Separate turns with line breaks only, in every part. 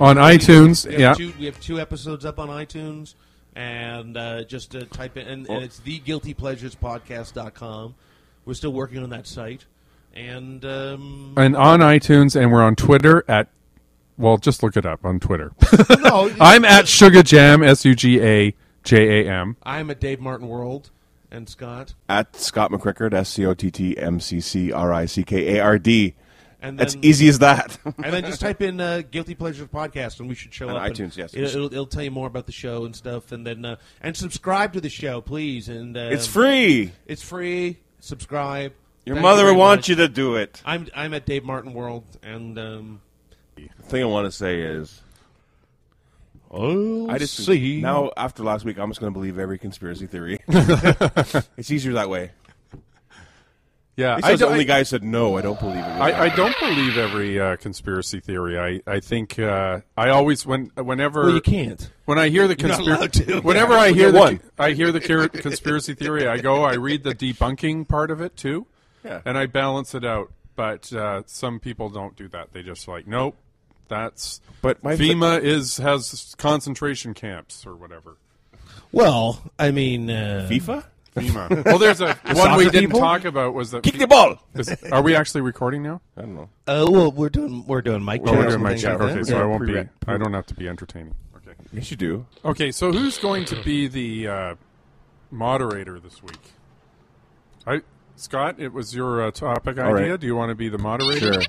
Oh,
On iTunes,
We have
yeah.
two, we have two episodes up on iTunes, and uh, just uh, type in, and, and it's theguiltypleasurespodcast.com. We're still working on that site, and um,
and on iTunes, and we're on Twitter at. Well, just look it up on Twitter.
no,
I'm at Sugar Jam, S U G A J A M.
I'm at Dave Martin World, and Scott,
At Scott McCrickard, S C O T T M C C R I C K A R D.
and then,
That's easy as that.
And then just type in uh, "Guilty Pleasures Podcast" and we should show
On
up. and
iTunes, yes.
it'll, it'll, it'll tell you more about the show and stuff, and then uh, and subscribe to the show, please. And uh,
it's free.
It's free. Subscribe.
Your
Thank
mother
very
will want
much.
you to do it.
I'm I'm at Dave Martin World, and um,
The thing I want to say is,
oh,
I just now after last week, I'm just going to believe every conspiracy theory. it's easier that way.
Yeah,
This
I
is the
don't,
only
I,
guy who said no. I don't believe it.
I, I don't believe every uh, conspiracy theory. I I think uh, I always when whenever
well, you can't.
When I hear the
not allowed to.
conspiracy, whenever I hear
Get
the,
one.
I hear the cur- conspiracy theory, I go, I read the debunking part of it too,
Yeah.
and I balance it out. But uh, some people don't do that. They just like, nope, that's.
But my-
FEMA is has concentration camps or whatever.
Well, I mean, uh,
FIFA.
FEMA. well, there's a one we
soccer
didn't
people?
talk about was that.
Kick the ball.
is- are we actually recording now?
I don't know.
uh, well, we're doing we're doing mic
Oh,
checks
we're doing
and
my
things
chat.
like
Okay,
that.
so
Yeah,
I won't be.
pre-rec.
I don't have to be entertaining. Okay.
Yes, you do.
Okay, so who's going to be the uh, moderator this week? I Scott, it was your uh, topic
All right.
idea. Do you want to be the moderator?
Sure.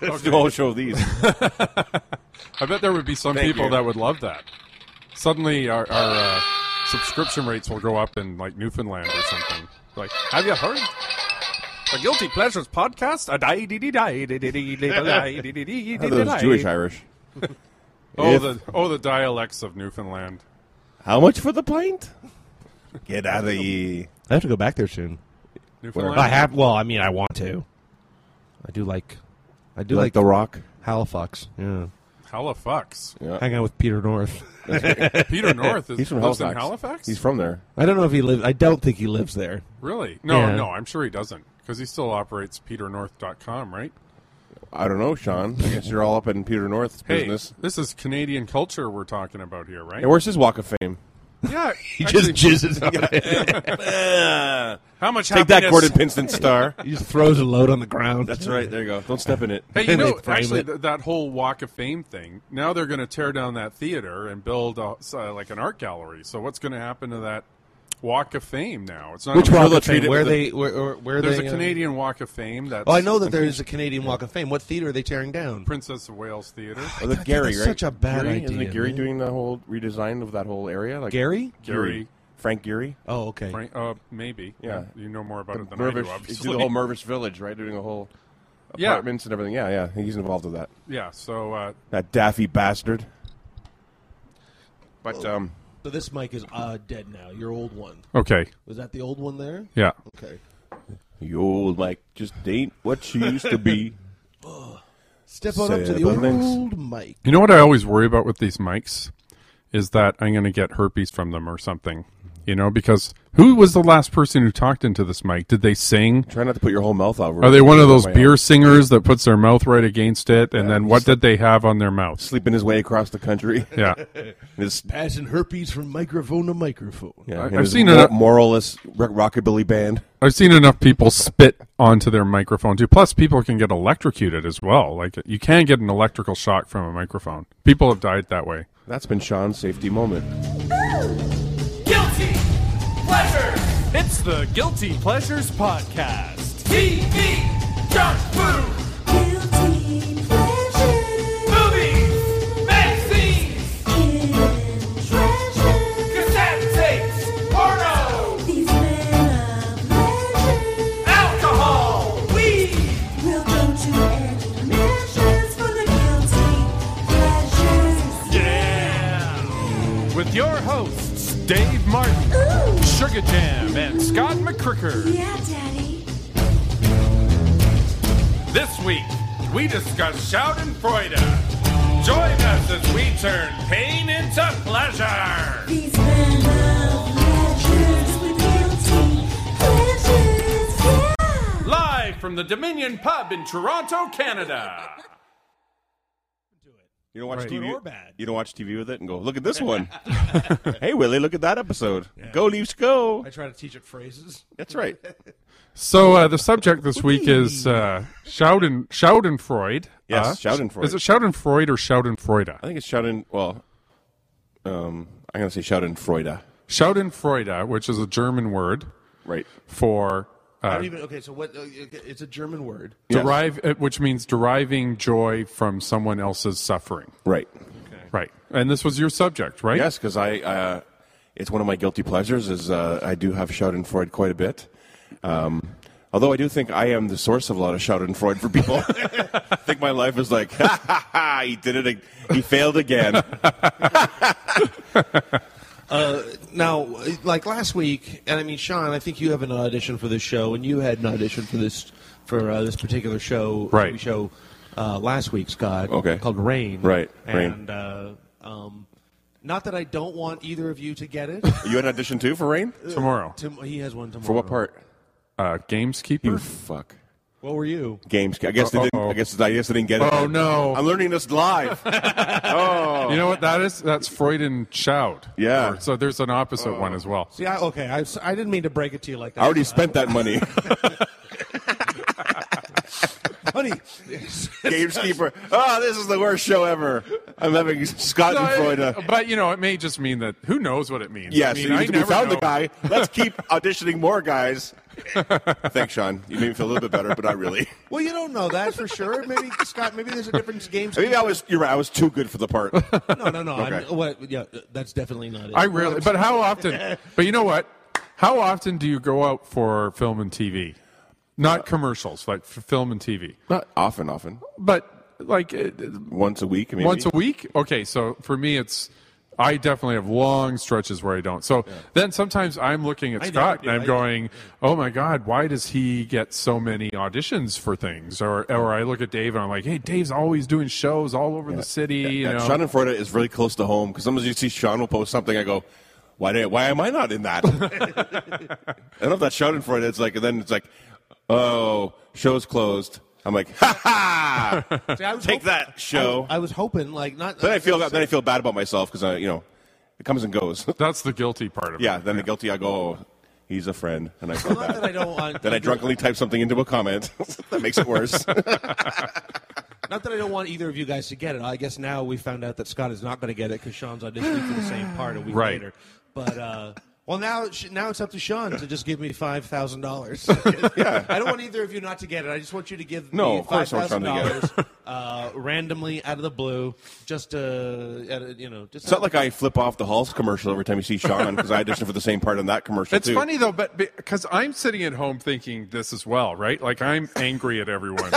Let's do a whole show of these.
I bet there would be some
Thank
people
you.
that would love that. Suddenly, our, our uh, subscription rates will go up in like Newfoundland or something. Like, have you heard the Guilty Pleasures podcast? A die dee dee die dee dee dee dee die dee dee dee
How
dee
are those Jewish
die.
Irish?
Oh
If-
the oh the dialects of Newfoundland.
How much for the pint? Get out of here.
I have to go back there soon.
Newfoundland.
I have. Well, I mean, I want to. I do like. I do
You like
like,
The Rock?
Halifax. Yeah,
Halifax.
Yeah.
hang out with Peter North.
Peter North is
He's from
lives
Halifax.
in Halifax.
He's from there.
I don't know if he lives. I don't think he lives there.
Really? No,
Yeah.
no, I'm sure he doesn't because he still operates peternorth.com, right?
I don't know, Sean. I guess you're all up in Peter North's
Hey,
business.
this is Canadian culture we're talking about here, right?
And where's his Walk of Fame?
yeah.
He
actually,
just jizzes.
how much
Take that,
happiness?
Gordon Pinston star.
he just throws a load on the ground.
That's right. There you go. Don't step in it.
Hey, you
They
know,
frame
actually,
it.
th- that whole Walk of Fame thing. Now they're going to tear down that theater and build a, s- uh, like an art gallery. So what's going to happen to that Walk of Fame now? It's not
Which
gonna-
Walk
they'll
of Fame?
treat it
Where
with
they? Where, where, where
There's
they?
a
uh,
Canadian Walk of Fame. That's
Oh, I know that there is a Canadian Walk of Fame. What theater are they tearing down?
Princess of Wales Theater.
Or the
God,
Gary,
that's
right?
such a bad
Gary?
idea,
Isn't it Gary
man.
doing the whole redesign of that whole area? Like
Gary?
Gary.
Frank Gary.
Oh, okay.
Frank, uh, maybe.
Yeah.
You know more about it than I
Mervish,
do,
he's
obviously.
doing the whole Mervish Village, right? Doing the whole
Yeah.
apartments and everything. Yeah, yeah. He's involved with that.
yeah, so uh,
That daffy bastard. But um,
So this mic is uh, dead now. Your old one.
Okay.
Was that the old one there?
Yeah.
Okay.
the old mic just ain't what she used to be.
Step on
Say
up to the
about
old
things.
mic.
You know what I always worry about with these mics is that I'm going to get herpes from them or something. You know, because who was the last person who talked into this mic? Did they sing?
Try not to put your whole mouth over.
Are
it.
they one of
That
those
way
beer
I'll
singers that puts their mouth right against it and then what did they have on their mouth?
Sleeping his way across the country.
Yeah.
This,
Passing herpes from microphone to microphone.
yeah,
I-
him,
I've
his
seen
mor-
it-
moralist rock- rockabilly band.
I've seen enough people spit onto their microphone too. Plus people can get electrocuted as well. Like you can get an electrical shock from a microphone. People have died that way.
That's been Sean's safety moment.
Guilty pleasure.
It's the Guilty Pleasures Podcast.
TV, junk food, movies, magazines, cassette tapes, porno, alcohol, weed.
Yeah! With your hosts, Dave Martin, Sugar Jam, and Scott McCricker. This week, we discuss Schadenfreude. Join us as we turn pain into pleasure. Live from the Dominion Pub in Toronto, Canada.
You don't watch
Right.
TV.
Good or bad.
You don't watch TV with it and go, look at this one. hey, Willie, look at that episode. Go Leafs, go.
I try to teach it phrases.
That's right.
So uh, the subject this week is uh, Schauden, Schadenfreude.
Yes,
uh,
Schadenfreude. Uh,
Is it Schadenfreude or Schadenfreude?
I think it's shouting. Well, um, I'm gonna say shouting Freuda.
Schadenfreude, which is a German word
Right.
for
I
uh,
don't even. Okay, so what? uh, It's a German word.
Yes.
derive, uh, which means deriving joy from someone else's suffering.
Right.
Right. And this was your subject, right?
Yes, because I. Uh, it's one of my guilty pleasures. Is uh, I do have shouting Freud quite a bit. Um, although I do think I am the source of a lot of shouting Freud for people. I think my life is like, ha ha ha! He did it. ag- He failed again.
Now, uh, like last week, and I mean, Sean, I think you have an audition for this show, and you had an audition for this for uh, this particular show,
Right.
TV show uh, last week, Scott.
Okay.
Called Rain.
Right, Rain.
And uh, um, not that I don't want either of you to get it.
you had an audition too for Rain.
Tomorrow.
Tim, he has one tomorrow.
For what part?
Uh,
You
gameskeeper.
fuck.
What were you?
Games. I guess they didn't.
Uh-oh.
I guess I guess they didn't get it.
Oh, no.
I'm learning this live.
You know what that is? That's Freud and Schaud.
Yeah. Oh.
Or- so there's an opposite one as well.
See, I, okay, I, I didn't mean to break it to you like that.
I already spent that money.
honey.
Gameskeeper. Oh, this is the worst show ever. I'm having Scott
No,
and Freud. Uh,
it- but you know, it may just mean that who knows what it means. I
yes,
mean,
we-
I
we
never
found the
know.
guy. Let's keep auditioning more guys. Thanks, Sean. You made me feel a little bit better, but not really.
Well, you don't know that for sure. Maybe Scott. Maybe there's a different game.
Maybe I was. You're right. I was too good for the part.
No, no, no. I'm,
Okay.
what? Yeah, that's definitely not it.
I really, but how often? But you know what? How often do you go out for film and TV? Not commercials, like for film and TV,
Not often. Often.
but like it- it-
Once a week. Maybe.
once a week. Okay, so for me, it's I definitely have long stretches where I don't. So then sometimes I'm looking at
I never
Scott
do.
and I'm
I-
going, "Oh my God, why does he get so many auditions for things?" Or or I look at Dave and I'm like, "Hey, Dave's always doing shows all over the city." you
Yeah,
know?
Sean and Freud is really close to home because sometimes you see Sean will post something. I go, why? Did, why am I not in that? I don't know if that's Sean and Freud. It's like, and then it's like, oh, show's closed. I'm like, ha ha!
See, I was
Take
hoping-
that show.
I was hoping, like, not.
then I feel then I feel bad about myself because I, you know, it comes and goes.
That's the guilty part of
yeah.
it.
Then the guilty, I go, oh, he's a friend, and I feel
Not that I
bad.
don't want.
Then I drunkenly type something into a comment that makes it worse.
Not that I don't want either of you guys to get it. I guess now we found out that Scott is not going to get it because Sean's auditioning for the same part a week
Right.
later. But uh, well, now sh- now it's up to Sean to just give me five thousand dollars. yeah. I don't want either of you not to get it. I just want you to give
No,
me
of course I
five
want Sean
thousand
to get
dollars uh, randomly out of the blue, just uh, at a, you know, just
It's not like I flip off the Halls commercial every time you see Sean because I auditioned for the same part in that commercial
It's
too.
funny though, but because I'm sitting at home thinking this as well, right? Like I'm angry at everyone.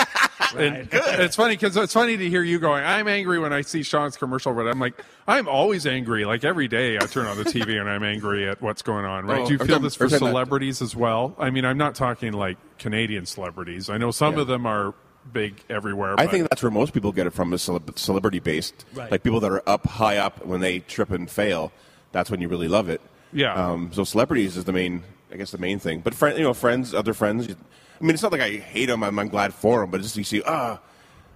And it's funny because it's funny to hear you going. I'm angry when I see Sean's commercial, but I'm like, I'm always angry. Like every day, I turn on the TV and I'm angry at what's going on. Right?
Oh,
Do you
every
feel
time-
this for
every time that-
celebrities as well? I mean, I'm not talking like Canadian celebrities. I know some of them are big everywhere.
I
but-
think that's where most people get it from is celeb- celebrity based.
Right.
Like people that are up high up when they trip and fail, that's when you really love it.
Yeah.
Um, so celebrities is the main, I guess, the main thing. But friend, you know, friends, other friends. you- I mean, it's not like I hate them. I'm, I'm glad for them, but just you see, ah,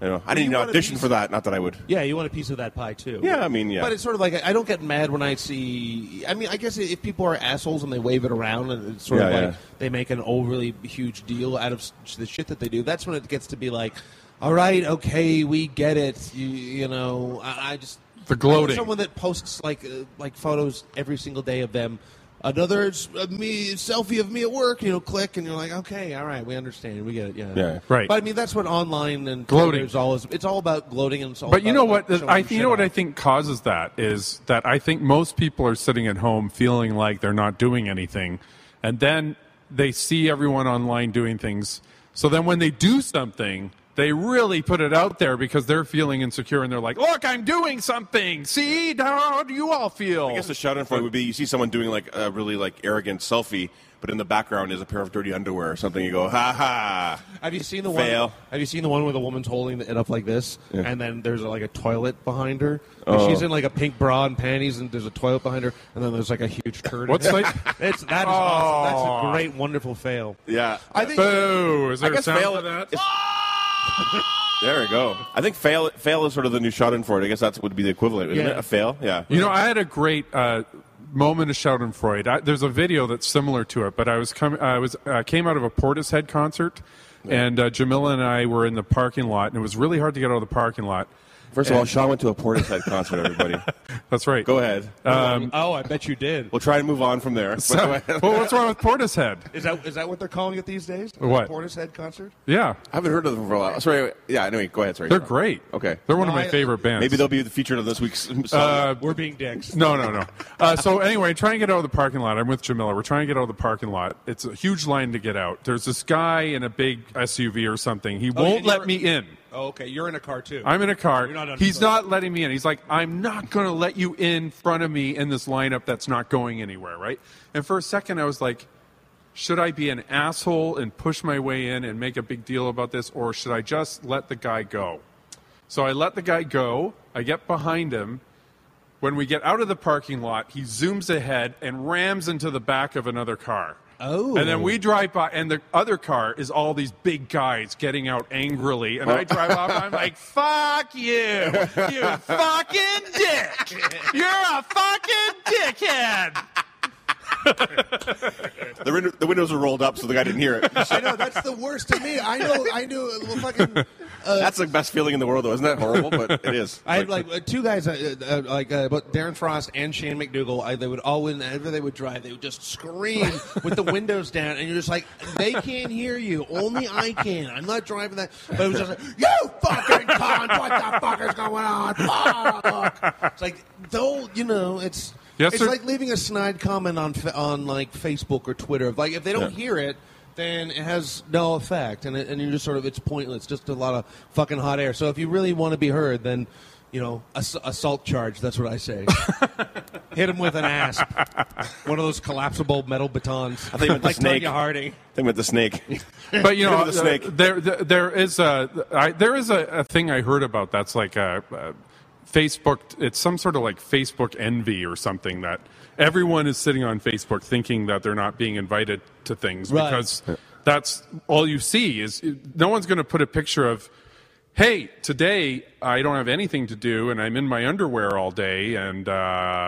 you know, I didn't even
wanna
audition
be-
for that. Not that I would.
Yeah, you want a piece of that pie too.
Yeah, I mean, yeah.
But it's sort of like I I don't get mad when I see. I mean, I guess if people are assholes and they wave it around and it's sort of
Yeah,
like
yeah.
they make an overly huge deal out of s- the shit that they do, that's when it gets to be like, all right, okay, we get it. You, you know, I, I just
The gloating.
Someone that posts like uh, like photos every single day of them. Another s- of me selfie of me at work, you know, click, and you're like, okay, all right, we understand, we get it, yeah,
Yeah.
Right.
But I mean, that's what online and
Gloating.
Twitter is all is. It's all about gloating and it's all
But you
about,
know
like,
what?
showing
I
your
you
shit
know what I
off.
think causes that is that I think most people are sitting at home feeling like they're not doing anything, and then they see everyone online doing things. So then when they do something, they really put it out there because they're feeling insecure and they're like, look, I'm doing something. See, how do you all feel?
I guess the shout out for it would be you see someone doing like a really like arrogant selfie, but in the background is a pair of dirty underwear or something. You go, ha ha.
Have you seen the
Fail.
one? Have you seen the one where the woman's holding it up like this, and then there's like a toilet behind her? And
Oh.
She's in like a pink bra and panties, and there's a toilet behind her, and then there's like a huge turd. in
What's
it.
like-
It's that is awesome. That's a great, wonderful fail.
Yeah.
I think.
Boo! Is
I
there a
guess
sound
fail-
for that?
it's- there we go. I think fail fail is sort of the new shot in for it. I guess that would be the equivalent, isn't
Yeah.
it? A fail? Yeah.
You know, I had a great uh, moment of Schadenfreude. I, there's a video that's similar to it, but I was com- I was uh, came out of a Portishead concert, and uh, Jamila and I were in the parking lot, and it was really hard to get out of the parking lot.
First of all, Sean went to a Portishead concert, everybody.
That's right.
go ahead.
Um,
oh, I bet you did.
we'll try to move on from there.
So,
But go
well,
ahead.
what's wrong with Portishead?
Is that is that what they're calling it these days?
What?
Portishead concert?
Yeah,
I haven't heard of them for a while. Sorry. Yeah, anyway, go ahead. Sorry.
they're great.
Okay.
they're one of
No,
my
I-
favorite bands.
Maybe they'll be featured on this week's song.
Uh,
We're being dicks.
No, no, no. Uh, so anyway, trying to get out of the parking lot. I'm with Jamila. We're trying to get out of the parking lot. It's a huge line to get out. There's this guy in a big SUV or something. He won't
and
let
you're-
me in.
Oh, okay, you're in a car too.
I'm in a car.
You're not on-
He's not letting me in. He's like, I'm not going to let you in front of me in this lineup that's not going anywhere, right? And for a second, I was like, should I be an asshole and push my way in and make a big deal about this, or should I just let the guy go? So I let the guy go. I get behind him. When we get out of the parking lot, he zooms ahead and rams into the back of another car.
Oh.
And then we drive by, and the other car is all these big guys getting out angrily. And I drive off, and I'm like, fuck you. You fucking dick. You're a fucking dickhead.
the, win- the windows are rolled up, so the guy didn't hear it.
I know that's the worst to me. I know. I knew. it was Fucking.
That's the best feeling in the world, though. Isn't that horrible? But it is.
I had like uh, two guys, uh, uh, uh, like uh, both Darren Frost and Shane McDougal. I, they would all whenever they would drive, they would just scream with the windows down, and you're just like, they can't hear you. Only I can. I'm not driving that. But it was just like, you fucking cunt! What the fuck is going on? Fuck! It's like though you know it's.
Yes,
it's
sir.
like leaving a snide comment on fa- on like Facebook or Twitter. Like if they don't
Yeah.
hear it, then it has no effect, and it, and you're just sort of it's pointless. Just a lot of fucking hot air. So if you really want to be heard, then you know ass- assault charge. That's what I say. Hit him with an asp, one of those collapsible metal batons.
I think with the
like
snake.
Tonya Harding.
Think about the snake.
but you
Hit
know,
him with a snake.
uh, there there there is a I, there is a, a thing I heard about that's like a, a Facebook. It's some sort of like Facebook envy or something that everyone is sitting on Facebook thinking that they're not being invited to things
Right.
because that's all you see is no one's going to put a picture of. Hey, today I don't have anything to do, and I'm in my underwear all day, and uh,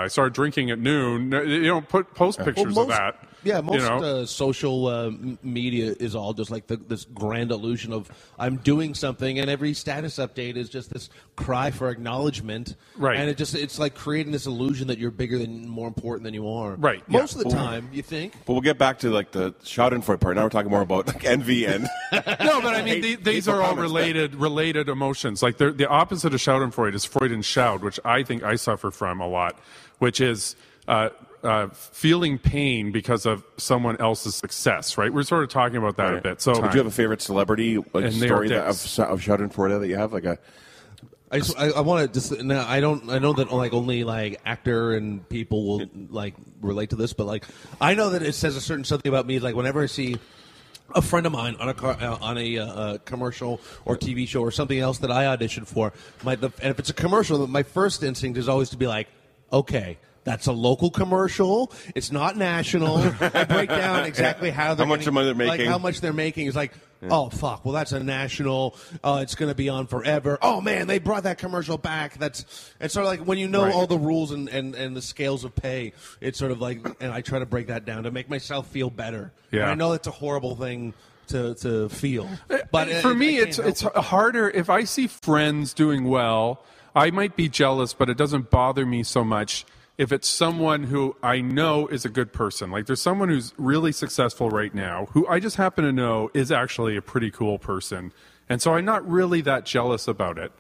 I started drinking at noon. No, You don't put post pictures
most,
of that.
Yeah,
you
most
know?
uh, social uh, m- media is all just like the, this grand illusion of I'm doing something, and every status update is just this cry for acknowledgement.
Right.
And it just it's like creating this illusion that you're bigger than more important than you are.
Right, yeah.
Most of the time, you think.
But we'll get back to like the Schadenfreude part. Now we're talking more about like envy and
No, but I mean, the, these are all
comments.
related related emotions. Like they're, the opposite of Schadenfreude is Freudenschau, which I think I suffer from a lot, which is uh, uh, feeling pain because of someone else's success. Right? We're sort of talking about that a bit. So,
would you have a favorite celebrity like,
And they are
story that, of,
dicks.
of Schadenfreude that you have? Like a
I, just- I, I want to just now. I don't. I know that like only like actor and people will like relate to this, but like I know that it says a certain something about me. Like whenever I see a friend of mine on a car, uh, on a uh, uh, commercial or TV show or something else that I auditioned for, my the, and if it's a commercial, my first instinct is always to be like, okay. That's a local commercial. It's not national. I break down exactly how they're
much
gonna-
money they're
like,
making.
how much they're making is like, oh fuck, well that's a national. Uh, it's going to be on forever. Oh man, they brought that commercial back. That's it's sort of like when you know
Right.
all the rules and, and and the scales of pay. It's sort of like, and I try to break that down to make myself feel better.
Yeah.
and I know that's a horrible thing to to feel, but
but for
it- I
me,
can't
it's
help
it's
it.
harder if I see friends doing well. I might be jealous, but it doesn't bother me so much if it's someone who I know is a good person. Like there's someone who's really successful right now who I just happen to know is actually a pretty cool person, and so I'm not really that jealous about it.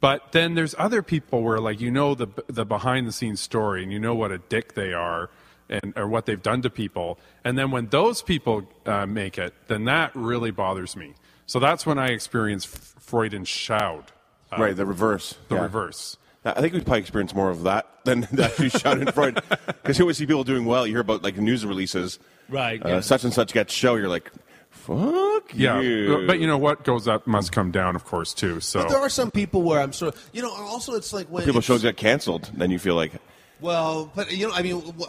But then there's other people where like you know the the behind the scenes story and you know what a dick they are and or what they've done to people. And then when those people uh, make it, then that really bothers me. So that's when I experienced F- Freud and Schaud, uh,
right, the reverse.
the
Yeah.
reverse.
I think we probably experienced more of that than the actually Schadenfreude. Because you always see people doing well. You hear about like news releases.
Right,
Uh,
yeah.
Such and such gets show. You're like, fuck
Yeah, uh,
you.
but you know what goes up must come down, of course, too. So
But there are some people where I'm sort of, you know. Also, it's like when
people
it's-
shows get canceled. Then you feel like,
Well, but you know, I mean, wh-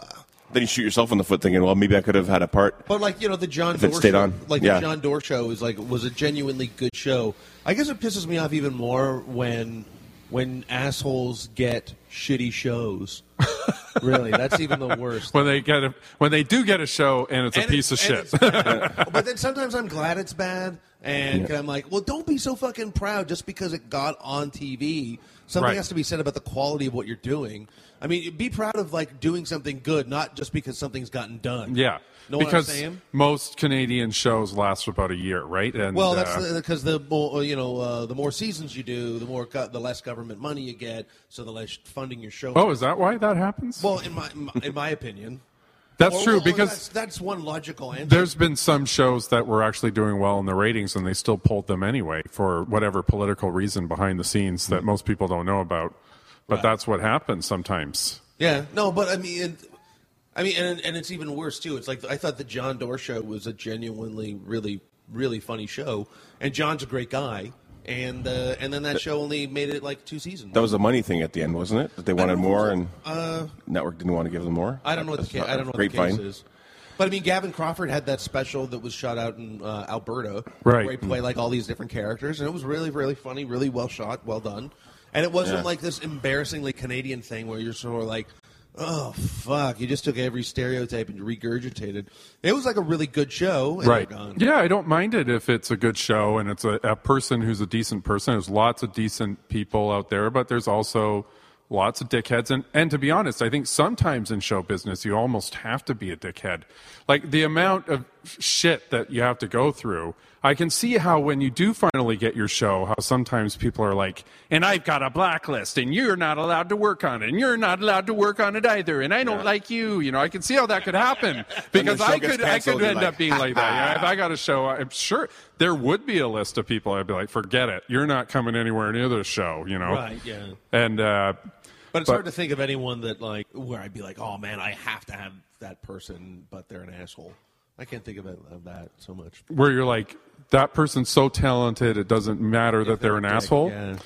then you shoot yourself in the foot thinking, well, maybe I could have had a part.
but like you know, the John
If it
Doerr
stayed
show,
on,
like
yeah.
the John Doerr show is like was a genuinely good show. I guess it pisses me off even more when when assholes get shitty shows. really, that's even the worst.
when they get a, when they do get a show and it's a
And
piece
it-
of
and
shit.
it's bad. but then sometimes I'm glad it's bad, and I'm like, well, don't be so fucking proud just because it got on TV. Something
Right.
has to be said about the quality of what you're doing. I mean, be proud of like doing something good, not just because something's gotten done.
yeah,
know what I'm
because
saying?
most Canadian shows last about a year, right? And
Well,
uh,
that's because the, more you know, uh, the more seasons you do, the more go- the less government money you get, so the less funding your show.
oh, is that why that happens?
well, in my in my opinion,
that's
Well,
true
well,
because.
that's, that's one logical answer.
there's been some shows that were actually doing well in the ratings and they still pulled them anyway for whatever political reason behind the scenes that most people don't know about but that's what happens sometimes
Yeah, no, but I mean, and, I mean, and and it's even worse too. It's like I thought the John Doerr show was a genuinely really really funny show, and John's a great guy, and uh, and then that show only made it like two seasons.
That was a money thing at the end, wasn't it? That they wanted
know if it
more
was-
and network didn't want to give them more.
Uh, I don't know what the
That's
case,
not-
I don't know what the
grapevine.
case is. But I mean, Gavin Crawford had that special that was shot out in uh, Alberta,
Right.
Where he played like all these different characters, and it was really, really funny, really well shot, well done. And it wasn't
Yeah.
like this embarrassingly Canadian thing where you're sort of like, "Oh fuck," you just took every stereotype and regurgitated. It was like a really good show, and
right
they're gone.
yeah i don't mind it if it's a good show and it's a, a person who's a decent person there's lots of decent people out there but there's also lots of dickheads and, and to be honest i think sometimes in show business you almost have to be a dickhead like the amount of shit that you have to go through i can see how when you do finally get your show how sometimes people are like and i've got a blacklist and you're not allowed to work on it and you're not allowed to work on it either and i don't like you you know i can see how that could happen because
show
i
gets
could i
canceled,
could
you're
end
like,
up being like that yeah, if
Ah.
i got a show i'm sure there would be a list of people i'd be like forget it you're not coming anywhere near this show you know
Right, yeah.
and uh
But it's
But-
hard to think of anyone that like where I'd be like, "Oh man, I have to have that person," but they're an asshole. I can't think of, it, of that so much.
where you're like that person's so talented it doesn't matter that they're an
Dick,
asshole
Yeah.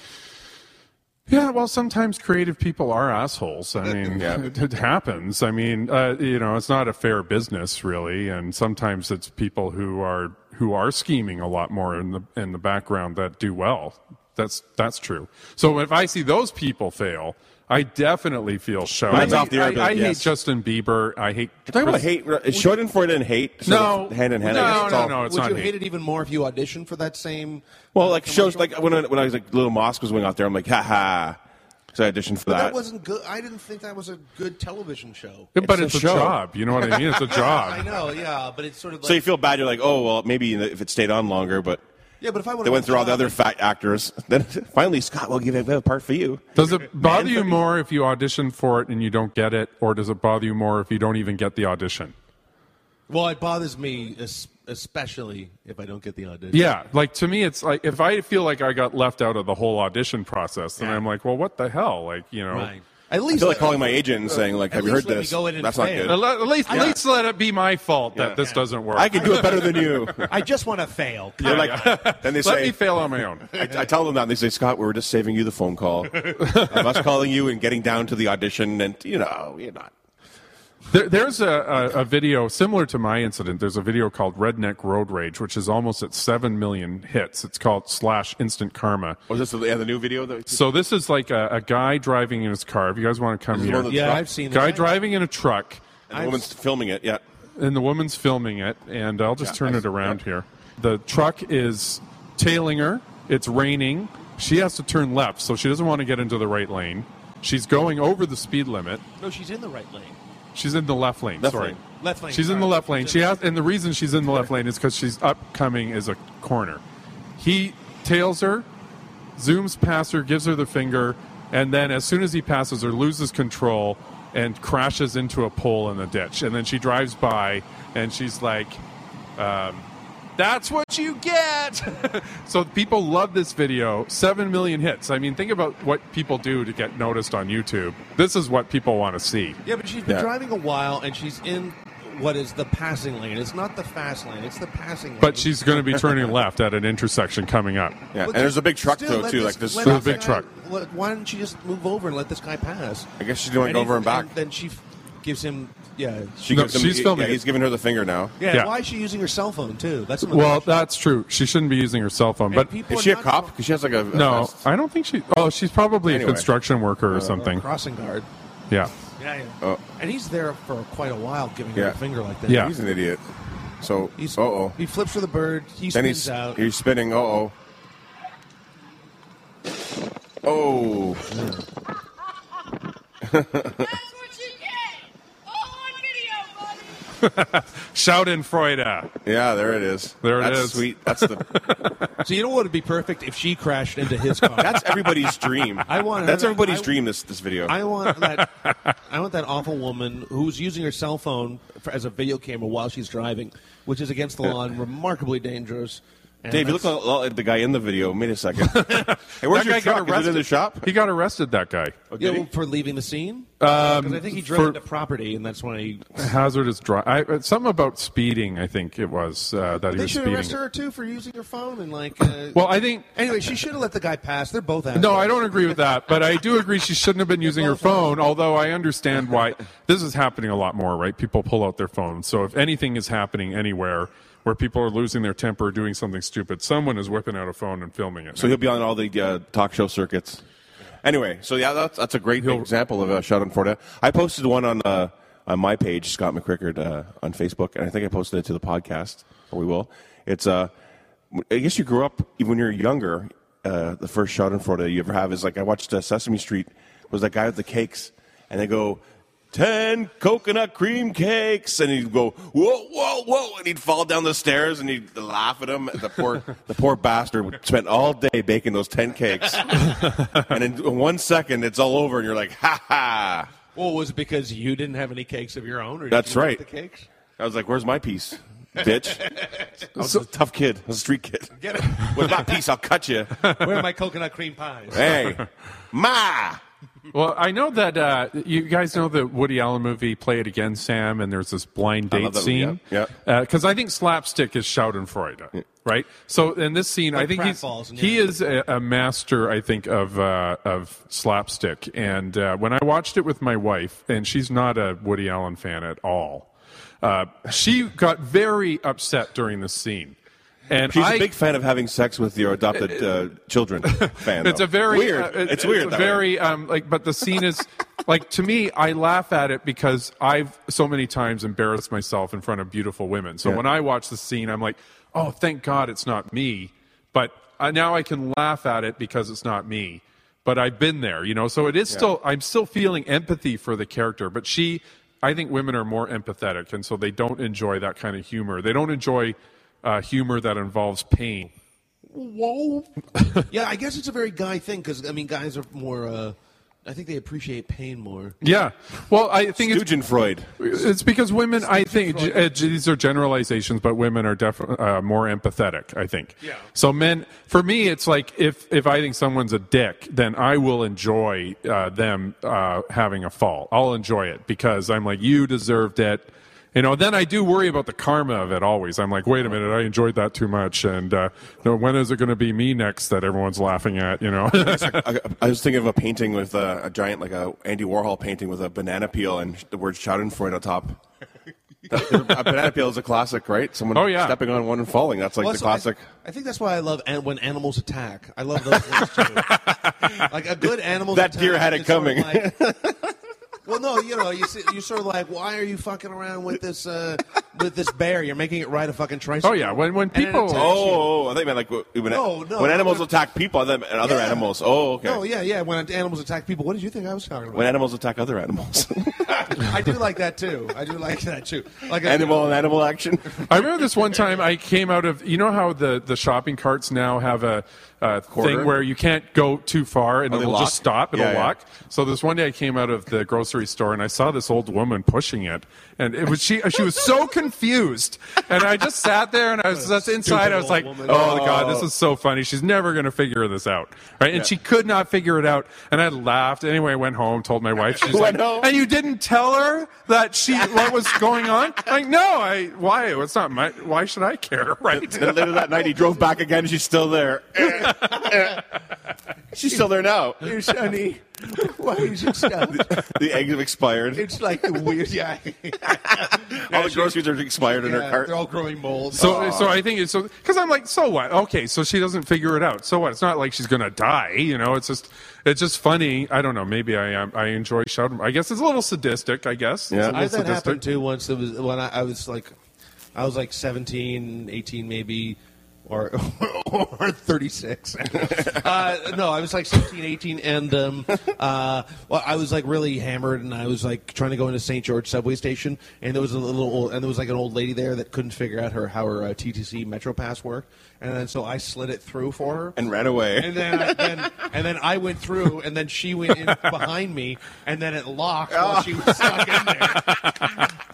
Yeah, well, sometimes creative people are assholes. I mean,
Yeah.
it, it happens. I mean, uh, you know, it's not a fair business, really, and sometimes it's people who are who are scheming a lot more in the in the background that do well. That's that's true. So if I see those people fail, I definitely feel show.
Mine's
I,
off the air,
I,
but
I
yes.
hate Justin Bieber. I hate.
Talking about
Chris-
hate, is Schadenfreude and hate sort
No.
of hand in hand?
No,
I guess it's
no,
all-
no, Oh, it's
Would
not
you
hate.
hate it even more if you auditioned for that same? uh,
Well, like shows, like when I, when I was like little Mosque was going out there, I'm like, ha ha. So I auditioned for
But
that.
that wasn't good. I didn't think that was a good television show.
But
It's a
it's, a,
show.
job. You know what I mean? It's a
I
job.
know, yeah, but it's sort of like
so you feel bad. You're like, oh well, maybe if it stayed on longer, but
yeah. But if I would've
they went through all the
applied-
other fat actors. Then finally, Scott, we'll give a, a part for you.
Does it bother you more if you audition for it and you don't get it, or does it bother you more if you don't even get the audition?
Well, it bothers me es- especially if I don't get the audition.
Yeah, like to me, it's like if I feel like I got left out of the whole audition process, then
Yeah.
I'm like, well, what the hell? Like, you know,
right. At
I
least
feel like calling my agent and saying, like,
At
have you heard
least let me
this?
go in and
That's
fail.
at
not good.
le- at least, at least let it be my fault that this doesn't work.
I can do it better than you.
I just want to fail.
They're like, then they
let me
say,
fail on my own.
I, I tell them that and they say, Scott, we were just saving you the phone call. I'm us calling you and getting down to the audition, and you know, you're not.
There, there's a, a, a video similar to my incident. There's a video called Redneck Road Rage, which is almost at seven million hits. It's called slash Instant Karma.
Was this the, yeah, the new video? That,
So this is like a, a guy driving in his car. If you guys want to come
This is
here,
one of the-
yeah, I've seen
guy
that.
driving in a truck.
the woman's filming it. Yeah.
and the woman's filming it and i'll just
Yeah,
turn
I
it
see-
around
yeah.
here the truck is tailing her it's raining she has to turn left so she doesn't want to get into the right lane she's going over the speed limit
No, she's in the right lane.
she's in the left lane
Left
sorry
lane.
Left lane.
she's in
sorry.
the left lane she has and the reason she's in the left lane is because she's upcoming is a corner he tails her zooms past her gives her the finger and then as soon as he passes her loses control and crashes into a pole in the ditch and then she drives by and she's like um, That's what you get. so people love this video. Seven million hits. I mean, think about what people do to get noticed on YouTube. This is what people want to see.
Yeah, but she's been
Yeah.
driving a while, and she's in what is the passing lane. It's not the fast lane; it's the passing lane.
But she's going to be turning left at an intersection coming up.
Yeah,
But
and there's a big truck
still,
though
let
too. like this,
let
There's a big
guy-
truck.
let- why didn't she just move over and let this guy pass?
I guess she's doing
And
over
he-
and back.
then she f- gives him. Yeah.
She
No,
gives him,
she's
yeah,
filming it.
he's giving her the finger now.
yeah.
Yeah.
Why is she using her cell phone too? That's another
Well,
question.
that's true. She shouldn't be using her cell phone.
And
But
people
Is
are
she a
not
cop? Because she has like a, a
no,
vest.
I don't think she. Oh, she's probably a
Anyway. Uh,
construction worker or something.
Crossing guard.
Yeah.
Yeah, yeah.
Oh.
And he's there for quite a while, giving her
Yeah.
a finger like that.
Yeah.
He's an idiot. So,
He's,
uh oh.
He flips for the bird. He
Then
spins
he's
out.
he's spinning. Uh oh. Oh,
That's what you get. All on video, buddy.
Shout in Freuda.
yeah, there it is.
There it
That's
is.
Sweet. That's the.
So you know what would be perfect if she crashed into his car?
That's everybody's dream.
I want her-
That's everybody's
I-
dream. This this video.
I want that. I want that awful woman who's using her cell phone for, as a video camera while she's driving, which is against the law and remarkably dangerous. And
Dave, you look
that's-
a lot like the guy in the video. Wait a second. hey, where's
That
your
guy got
truck? Is it in
arrested.
the shop?
He got arrested. That guy.
yeah, well, for leaving the scene. Because I think he drove
Um, for-
into property, and that's when he.
Hazardous drive. I, uh, something about speeding. I think it was uh, that he
They
was
should
speeding.
arrest her too for using her phone and like. Uh,
Well, I think
anyway, she should have let the guy pass. They're both assholes.
No, I don't agree with that, but I do agree she shouldn't have been using her phone, although I understand why this is happening a lot more, right? People pull out their phones. So if anything is happening anywhere where people are losing their temper or doing something stupid, someone is whipping out a phone and filming it.
So he'll be on all the uh, talk show circuits. Anyway, so yeah, that's that's a great example of a shot on Florida. I posted one on uh, on my page, Scott McCrickard, uh, on Facebook, and I think I posted it to the podcast, or we will. It's uh, I guess you grew up even when you were younger. Uh, the first shot on Florida you ever have is like I watched uh, Sesame Street was that guy with the cakes, and they go. Ten coconut cream cakes, and he'd go whoa, whoa, whoa, and he'd fall down the stairs, and he'd laugh at him. The poor, the poor bastard spent all day baking those ten cakes and in one second it's all over, and you're like, ha ha.
Well, was it because you didn't have any cakes of your own? Or did
That's
you want
right.
The cakes.
I was like, where's my piece, bitch? I was a tough kid. I was a street kid.
Get it?
With my piece, I'll cut you.
Where are my coconut cream pies?
Hey, ma.
well, I know that uh, you guys know the Woody Allen movie Play It Again, Sam, and there's this blind
I
date
love that movie,
scene.
yeah,
Because I think slapstick is Schadenfreude, right? So in this scene, I
Like
think he's,
pratfalls, yeah.
he is a, a master, I think, of uh, of slapstick. And uh, when I watched it with my wife, and she's not a Woody Allen fan at all, uh, she got very upset during this scene. And
She's
I,
a big fan of having sex with your adopted uh, children. Fan.
it's
though.
a very
weird.
uh, it-
it's weird.
a
that way.
very um, like, but the scene is like to me. I laugh at it because I've so many times embarrassed myself in front of beautiful women. So
Yeah.
when I watch the scene, I'm like, oh, thank God it's not me. But uh, now I can laugh at it because it's not me. But I've been there, you know. So it is still. I'm still feeling empathy for the character, but she. I think women are more empathetic, and so they don't enjoy that kind of humor. They don't enjoy uh, humor that involves pain.
Whoa. yeah, I guess it's a very guy thing because I mean, guys are more. Uh, I think they appreciate pain more.
Yeah. Well, I think it's
Stoogenfreud.
It's because women, I think, g- uh, g- these are generalizations, but women are def- uh, more empathetic, I think. Yeah. So men, for me, it's like if, if I think someone's a dick, then I will enjoy uh, them uh, having a fall. I'll enjoy it because I'm like, you deserved it. You know, then I do worry about the karma of it always. I'm like, wait a minute, I enjoyed that too much. And uh, you know, when is it going to be me next that everyone's laughing at, you know?
I, I was thinking of a painting with a, a giant, like a Andy Warhol painting with a banana peel and the word Schadenfreude on top. That- a banana peel is a classic, right? Someone
Oh, yeah.
stepping on one and falling. That's like
Well,
the
that's-
classic.
I, I think that's why I love an- when animals attack. I love those things too. like a good animal.
That deer had it coming.
well, no, you know, you see, you sort of like, why are you fucking around with this uh, with this bear? You're making it ride a fucking tricycle.
oh, yeah. When, when
And it
people.
attacks you.
Oh, oh, I think meant like w- when,
No, no,
when animals
when-
attack people and then- and other
Yeah.
animals. Oh, okay.
No, yeah, yeah. When animals attack people, what did you think I was talking about?
When animals attack other animals.
I do like that too. I do like that too. Like a-
animal and animal action.
I remember this one time I came out of you know how the, the shopping carts now have a uh,
Quarter?
thing where you can't go too far and
Oh, they
it'll
lock?
just stop. It'll
Yeah, yeah.
lock. So this one day I came out of the grocery store and I saw this old woman pushing it, and it was she. She was so confused, and I just sat there and I was just inside. I was
old
like,
woman.
"Oh god, this is so funny. She's never going to figure this out, right?" And she could not figure it out, and I laughed. Anyway, I went home, told my wife. She's like,
Went home.
"And you didn't tell her that she what was going on?" Like, no, I why? It's not my. Why should I care, right?
And later that night, he drove back again. She's still there. she's still there now.
Here's honey. Why is it stuff?
The eggs have expired.
It's like the weird. Yeah,
All the groceries are expired in her
yeah,
cart.
they're all growing mold.
So, so I think it's so because I'm like, so what? Okay, so she doesn't figure it out. So what? It's not like she's gonna die, you know. It's just, it's just funny. I don't know. Maybe I am. I enjoy shouting. I guess it's a little sadistic. I guess. It's
Yeah.
a
I
little
had that
sadistic.
happen too once. It was when I, I was like, I was like 17, 18 maybe, or or 36. uh, no, I was like 17, 18, and um, uh, well, I was like really hammered, and I was like trying to go into St. George subway station, and there was a little, old, and there was like an old lady there that couldn't figure out her how her uh, TTC Metro Pass worked, and then so I slid it through for her,
And ran away.
and then, I, then and then I went through, and then she went in behind me, and then it locked while she was stuck in there.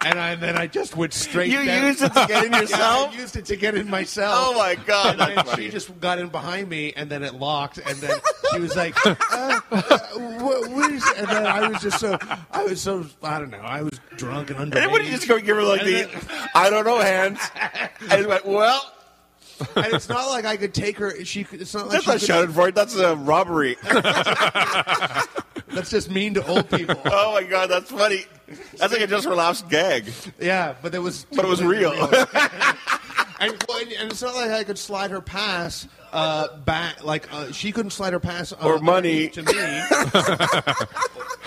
And, I, and then I just went straight.
You
down.
used it to get in
Yeah,
yourself?
I used it to get in myself.
Oh my God,
And, I-
that's
she
funny.
just got in behind me, and then it locked, and then she was like, uh, uh, what, what is, and then I was just so I was so I don't know I was drunk and underage.
And what did you just go give her like
And
the,
then-
I don't know, hands? And he went, well,
and it's not like I could take her. She could, it's not like
that's
she
not
could-
shouted for it. That's a robbery.
that's just mean to old people.
Oh my god, that's funny. That's like a just for laughs gag,
Yeah, but it was
but it was real.
and, well, and, and it's not like I could slide her pass uh, back. Like uh, she couldn't slide her pass uh,
Or money.
to me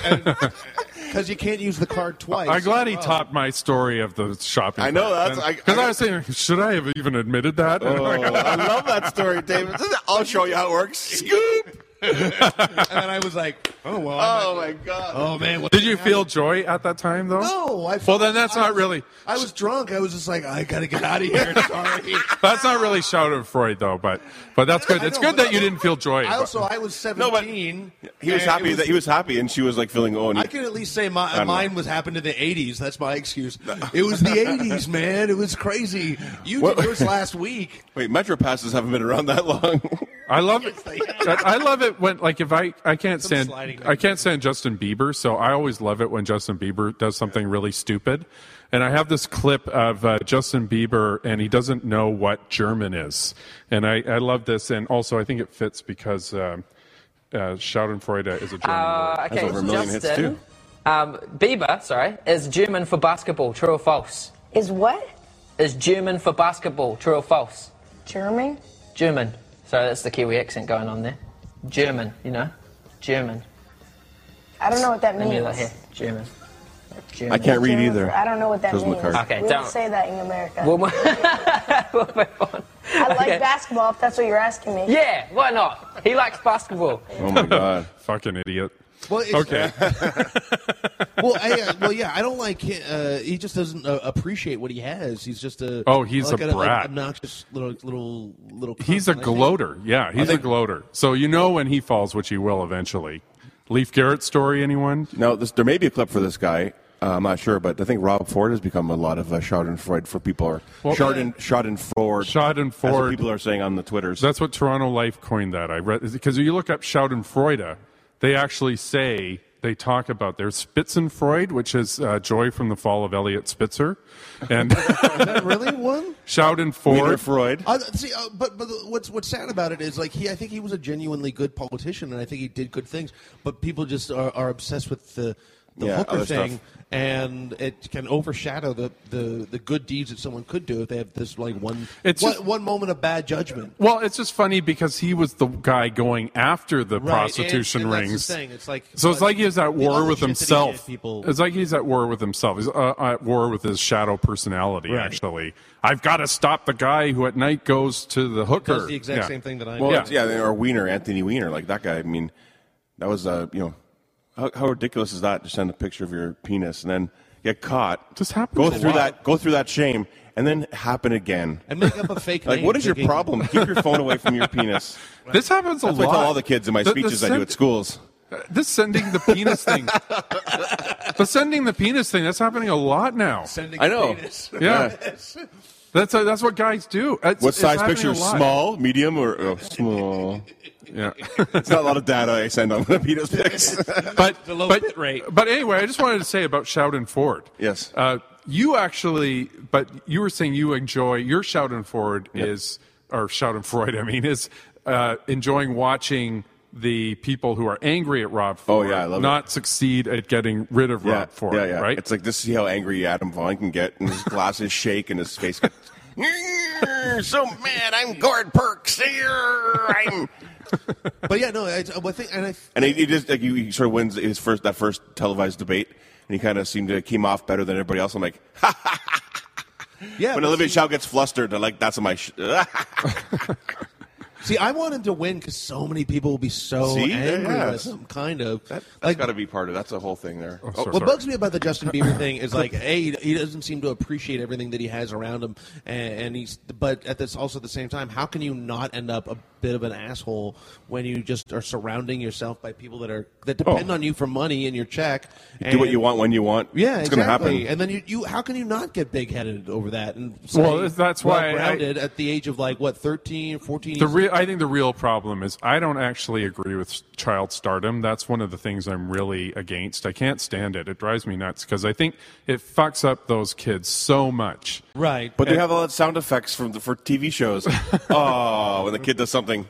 because you can't use the card twice.
I'm glad he topped my story of the shopping.
I know, that's- I-
because
I- Oh.
I, was saying, should I have even admitted that?
I love that story, David. This is- I'll show you how it works. Scoop.
And then I was like, oh well. I'm
Oh my god.
oh man. What
Did you feel joy at that time though?
No, I
Well, then that's
I
not
was-
really-
I was drunk. I was just like, I gotta get out of here. Sorry.
That's not really shouted Freud though, but but that's good.
I
It's
know,
good
but
that you
I-
didn't feel joy.
I
about-
also I was seventeen.
He
and
was
it
happy that he was happy, and she was like feeling oh. and
I
he-
can at least say my,
don't
mine was happened in the '80s. That's my excuse. It was the '80s, man. It was crazy. You
What-
did yours last week.
Wait, Metro passes haven't been around that long.
I love it. I I love it when like if I I can't stand
sliding
I can't stand Justin Bieber, so I always love it when Justin Bieber does something really stupid. And I have this clip of uh, Justin Bieber, and he doesn't know what German is, and I, I love this, and also I think it fits because um, uh, Schadenfreude is a German word.
Okay,
over a million hits,
Justin.
too.
Um, Bieber, sorry, is German for basketball. True or false?
Is what?
Is German for basketball. True or false?
German?
German. Sorry, that's the Kiwi accent going on there. German, you know, German.
I don't know what that
Let
means.
me look here. German. German.
I can't read
German-
either.
I don't know what that
Shows my
means.
card.
Okay,
we don't.
don't-
say that in America.
We'll move- we'll move on.
I like
okay.
basketball if that's what you're asking me.
Yeah, why not? He likes basketball.
Oh my god.
Fucking idiot.
Well, it's,
Okay,
well, I, uh, well, yeah. I don't like. hi- Uh, he just doesn't uh, appreciate what he has. He's just a.
Oh, he's
like
a
an ob-
brat.
obnoxious little little little. cunt.
he's a
And I think-
gloater. Yeah, he's
think-
a gloater. So you know when he falls, which he will eventually. Leaf Garrett story, anyone?
Now this, there may be a clip for this guy. Uh, I'm not sure, but I think Rob Ford has become a lot of uh, Schadenfreude for people or
Well-
Schaden Schadenfreude. That's what
Schadenfreude.
people are saying on the twitters.
That's what Toronto Life coined that. I read because you look up Schadenfreude, they actually say they talk about their Spitzenfreude, which is uh, joy from the fall of Elliot Spitzer, and
Is that really one?
Wiener
Schadenfreude.
Freud.
Uh, see, uh, but but the- what's what's sad about it is like he, I think he was a genuinely good politician, and I think he did good things. But people just are, are obsessed with the the
Yeah,
hooker
other stuff.
thing, and it can overshadow the, the, the good deeds that someone could do if they have this like one
It's
one,
just-
one moment of bad judgment.
Well, it's just funny because he was the guy going after the
Right,
prostitution
and- and that's the
rings.
thing, it's like-
so. It's like he was at
the
war
other
with
shit that he
himself.
did, people-
It's like he's at war with himself. He's uh, at war with his shadow personality.
Right.
Actually, I've got to stop the guy who at night goes to the hooker.
Does the exact
Yeah.
same thing that I.
Well,
do.
yeah, yeah, or Wiener, Anthony Wiener, like that guy. I mean, that was uh, you know, how, how ridiculous is that to send a picture of your penis and then get caught?
This happens
Go
a
through
lot.
that. Go through that shame and then happen again.
And make up a fake
Like,
name
what is your
thinking-
problem? Keep your phone away from your penis.
This happens a
That's
lot.
what I tell all the kids in my
The- the
speeches I do
sen-
at schools.
This sending the penis thing. the sending the penis thing. That's happening a lot now.
Sending
I know.
penis.
Yeah. That's that's what guys do. It's-
What
it's
size
happening
picture?
a lot.
Small, medium, or oh, small?
Yeah.
It's not a lot of data I send on the penis pics.
but
The low
but,
bit rate.
But anyway, I just wanted to say about Shout and Forward.
Yes.
Uh, you actually, but you were saying you enjoy your Shout and Forward
Yeah.
is or Shout and Freud. I mean, is uh, enjoying watching the people who are angry at Rob
Oh,
Ford
yeah, I love it.
not succeed at getting rid of Rob Ford.
yeah, yeah.
Right.
It's like this is how angry Adam Vaughn can get, and his glasses shake, and his face gets so mad. I'm Gord Perks here. I'm.
But yeah, no, I, I think, and I,
And he, he just like he, he sort of wins his first that first televised debate, and he kind of seemed to came off better than everybody else. I'm like,
yeah. but
when Olivia
see-
Chow gets flustered, I'm like, that's my. Sh-
See, I want him to win because so many people will be so
See?
angry
Yeah.
with him, kind of.
That, has
like,
got to be part of that's a whole thing there.
Oh, sorry,
what
sorry.
bugs me about the Justin Bieber thing is like, a he- he doesn't seem to appreciate everything that he has around him, and, and he's. But at this also at the same time, how can you not end up a bit of an asshole when you just are surrounding yourself by people that are that depend
Oh.
on you for money and your check?
do what you want when you want.
Yeah, exactly.
it's going to happen.
And then you, you, how can you not get big headed over that? And say,
Well, that's why I-
grounded at the age of like what 13, 14
The real, I think the real problem is I don't actually agree with child stardom. That's one of the things I'm really against. I can't stand it. It drives me nuts because I think it fucks up those kids so much.
right?
But they have all that sound effects from the, for TV shows. oh, when the kid does something.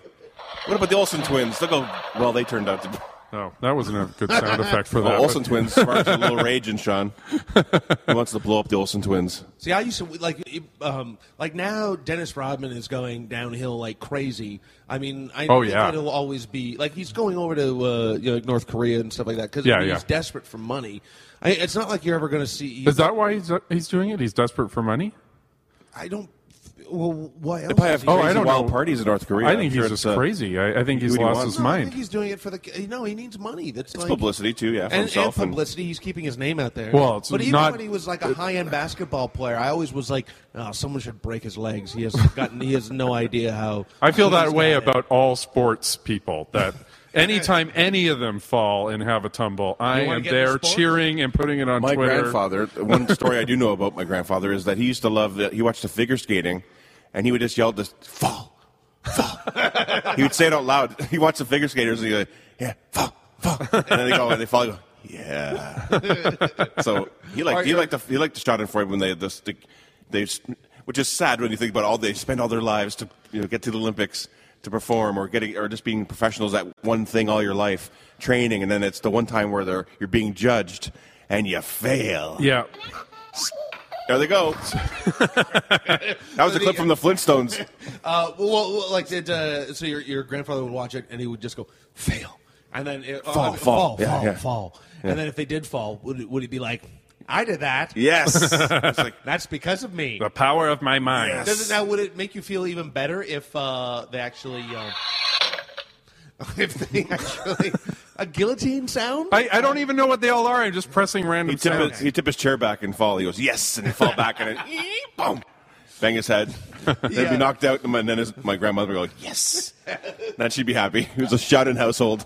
What about the Olsen twins? Look how well they turned out to be.
Oh, that wasn't a good sound effect for that.
Well, Olsen
but-
twins sparks a little rage in Sean. He wants to blow up the Olsen twins.
See, I used to like, um, like now Dennis Rodman is going downhill like crazy. I mean, I
Oh,
think
yeah.
it'll always be like he's going over to uh, you know, North Korea and stuff like that because
Yeah, yeah.
he's desperate for money. I, it's not like you're ever going to see.
is that why he's, he's doing it? He's desperate for money?
I don't. Well, why else?
They probably
is
have
he
Oh, I
crazy
don't
wild
know.
parties in North Korea.
I
I'm
think
sure
he's just
it's, uh,
crazy. I, I think he's
who do you
lost
want?
his
No, I think
mind.
he's doing it for the. No, he needs money. That's
It's
like,
publicity too, yeah,
and,
for
and
himself. and-
publicity. He's keeping his name out there.
Well, it's
but even
not-
when he was like a high-end basketball player, I always was like, oh, someone should break his legs. He has gotten. he has no idea how.
I feel that
he's
way
got it.
about all sports people that anytime any of them fall and have a tumble, I
wanna
am
get into
there
sports?
cheering and putting it on
my
Twitter.
grandfather one story i do know about my grandfather is that he used to love that he watched the figure skating and he would just yell this fall fall he would say it out loud he watched the figure skaters and he'd go yeah fall fall and then they go and they fall he go, yeah so he liked he liked the he liked the shot in for when they the stick they s- which is sad when you think about all they spend all their lives to you know get to the olympics to perform or getting or just being professionals at one thing all your life training and then it's the one time where they're you're being judged and you fail
Yeah.
there they go. that was a clip from the Flintstones.
Uh, well, well, well, like did uh, so your your grandfather would watch it and he would just go fail, and then it, uh, fall,
Fall,
fall,
fall. Yeah,
fall,
yeah.
fall.
Yeah.
and then if they did fall, would it- would he be like, I did that?
Yes. It's like,
That's because of me.
The power of my mind.
Yes.
Does it now? Would it make you feel even better if uh, they actually, uh, if they actually a guillotine sound?
I, I don't even know what they all are. I'm just pressing random
he tip
sounds.
his, he tip his chair back and fall. He goes yes, and he fall back and then, eep, boom, bang his head. Then he'd
Yeah.
be knocked out, and then his, my grandmother would go yes. Then she'd be happy. It was a Shot-in household.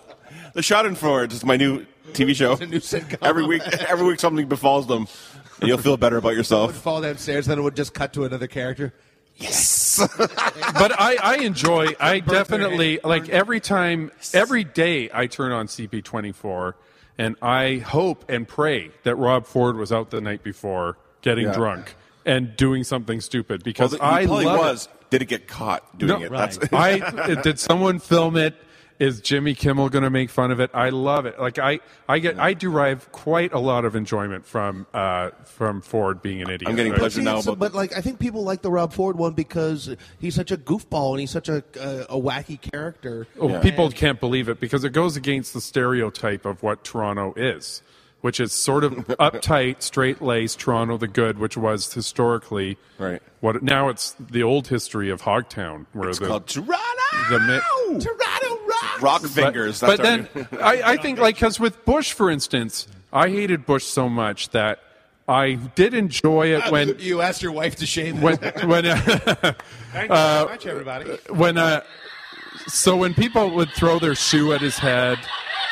The Shot-in Forward is my new TV show.
a new sitcom.
Every week, every week something befalls them, and you'll feel better about
would
yourself.
fall downstairs, then it would just cut to another character.
Yes.
but I, I enjoy. I
Burn their
definitely like every time, every day I turn on CP24, and I hope and pray that Rob Ford was out the night before getting
Yeah.
drunk and doing something stupid
well,
because
he
I
probably
love it.
was. Did it get caught doing
No,
it?
right.
That's,
I did someone film it? Is Jimmy Kimmel going to make fun of it? I love it. Like I, I get, I derive quite a lot of enjoyment from, uh, from Ford being an idiot.
I'm getting pleasure
See,
now.
it's-
About
but like I think people like the Rob Ford one because he's such a goofball and he's such a uh, a wacky character.
Oh, People can't believe it because it goes against the stereotype of what Toronto is, which is sort of uptight, straight-laced Toronto the good, which was historically
Right.
What now? It's the old history of Hogtown, where
it's
the
called Toronto.
the mi-
Toronto Rock.
rock fingers.
But,
that's our
but then I, I think like because with Bush, for instance, I hated Bush so much that I did enjoy it when
you asked your wife to shave.
when when uh,
Thank you very much, everybody.
when uh, so when people would throw their shoe at his head,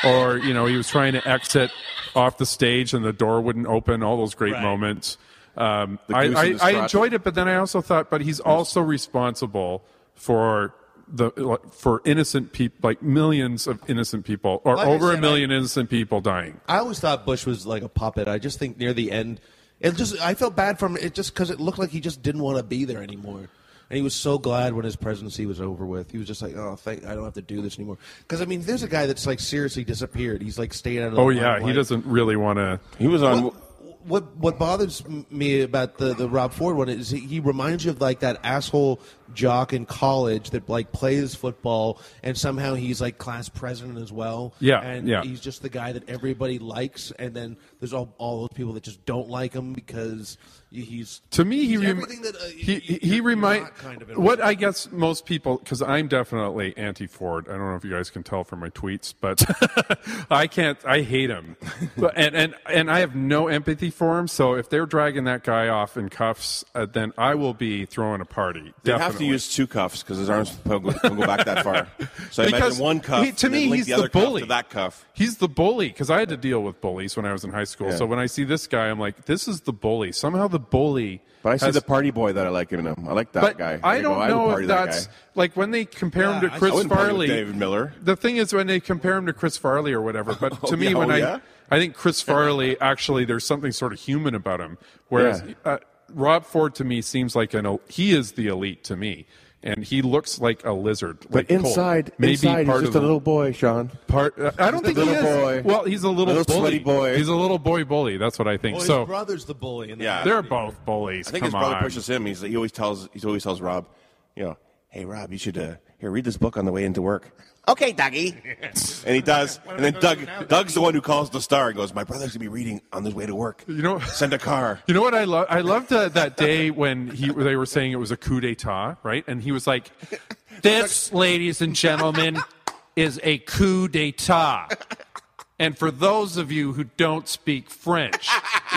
or you know he was trying to exit off the stage and the door wouldn't open. All those great
Right.
moments. Um,
The
I,
goose
I,
and the
I
strut.
enjoyed it, but then I also thought, but he's also responsible for the for innocent people, like millions of innocent people, or
Like I
over a
said,
million innocent people dying.
I always thought Bush was like a puppet. I just think near the end, it just I felt bad for him. It just because it looked like he just didn't want to be there anymore. And he was so glad when his presidency was over with. He was just like, "Oh, thank, I don't have to do this anymore." Because I mean, there's a guy that's like seriously disappeared. He's like staying out of. The
Oh yeah, he
limelight.
doesn't really want to.
he was on.
What, what what bothers m- me about the, the Rob Ford one is he, he reminds you of like that asshole jock in college that like plays football and somehow he's like class president as well.
Yeah,
and
yeah.
he's just the guy that everybody likes, and then there's all all those people that just don't like him because he- he's
To me, he
he's
rem-
everything that, uh,
he
you-
he,
you're-
he
you're
remind
not kind of in a
what
way.
I guess most people because I'm definitely anti Ford. I don't know if you guys can tell from my tweets, but I can't. I hate him, but, and and and I have no empathy for him. So if they're dragging that guy off in cuffs, uh, then I will be throwing a party.
They have to
definitely.
use two cuffs because his arms don't go, don't go back that far. So I
Because
imagine one cuff.
he- to
and then
me,
link
he's
the,
the,
other cuff
bully.
to that cuff.
He's the bully because I had to deal with bullies when I was in high school.
Yeah.
So when I see this guy, I'm like, this is the bully. Somehow the bully.
But I see
has-
the party boy that I like in him. I like that
but
guy.
I
go,
don't
would
know
party
if
that
that's
guy.
like when they compare him
Yeah,
to
I-
Chris
I wouldn't party with
Farley.
David Miller.
The thing is, when they compare him to Chris Farley or whatever, but to
Oh,
me,
yeah,
when
oh,
I,
yeah?
I think Chris Farley actually there's something sort of human about him, whereas
Yeah.
uh, Rob Ford to me seems like an el- he is the elite to me, and he looks like a lizard.
But
like Colt.
inside,
maybe
inside, he's
part
just
of
a
the-
little boy, Sean.
part. uh, I don't think he
Little
is.
boy.
Well, he's a little,
Little
bully.
sweaty boy.
He's a little boy bully. That's what I think.
Well, his
so
brother's the bully. And
Yeah.
they're both bullies.
I think
Come
his brother
on.
pushes him. He's, he always tells he always tells Rob, you know, hey Rob, you should uh, here read this book on the way into work. Okay, Dougie. and he does. and then Doug Doug's the one who calls the star and goes, my brother's gonna be reading on his way to work. You
know-
send a car.
You know what I love? I loved uh, that day when he they were saying it was a coup d'état, right? And he was like, "This, ladies and gentlemen, is a coup d'état." And for those of you who don't speak French,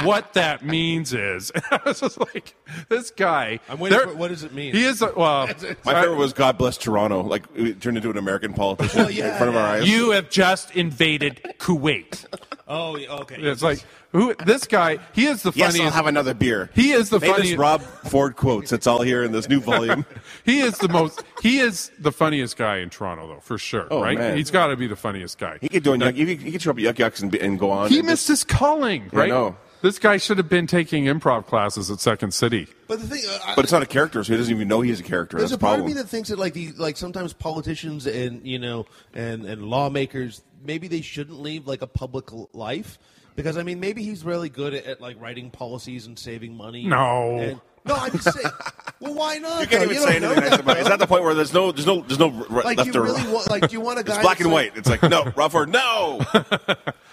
what that means is, I was just like, this guy.
I'm waiting
there-
for- what does it mean?
He is a, well.
My favorite was God bless Toronto. Like it turned into an American politician in front of our eyes.
You have just invaded Kuwait.
Oh, yeah, okay.
It's like who? This guy. He is the
yes,
funniest.
I'll have another beer.
He is the
Famous
funniest-
Rob Ford quotes. It's all here in this new volume.
He is the most. He is the funniest guy in Toronto, though, for sure.
Oh,
right?
man.
He's got to be the funniest guy.
he could do an yuck, he could- he could show up at Yuck Yucks and, be- and go on.
He
and
missed
just-
his calling,
I
right?
know.
This guy should have been taking improv classes at Second City.
But the thing, uh, I-
But it's not a character, so he doesn't even know he's a character.
There's
That's
a
the
part of
problem.
me that thinks that like the like sometimes politicians and you know and and lawmakers maybe they shouldn't leave like a public l- life because I mean maybe he's really good at, at like writing policies and saving money.
No.
And- no, I'm just saying. well, why not?
You
though?
can't even
don't
say
know
anything nice
that,
about it. Is
bro.
that the point where there's no, there's no, there's no r-
like
left
you
or
really want like do you want a guy
It's black
that's,
and
like-
white. It's like no, rough or no.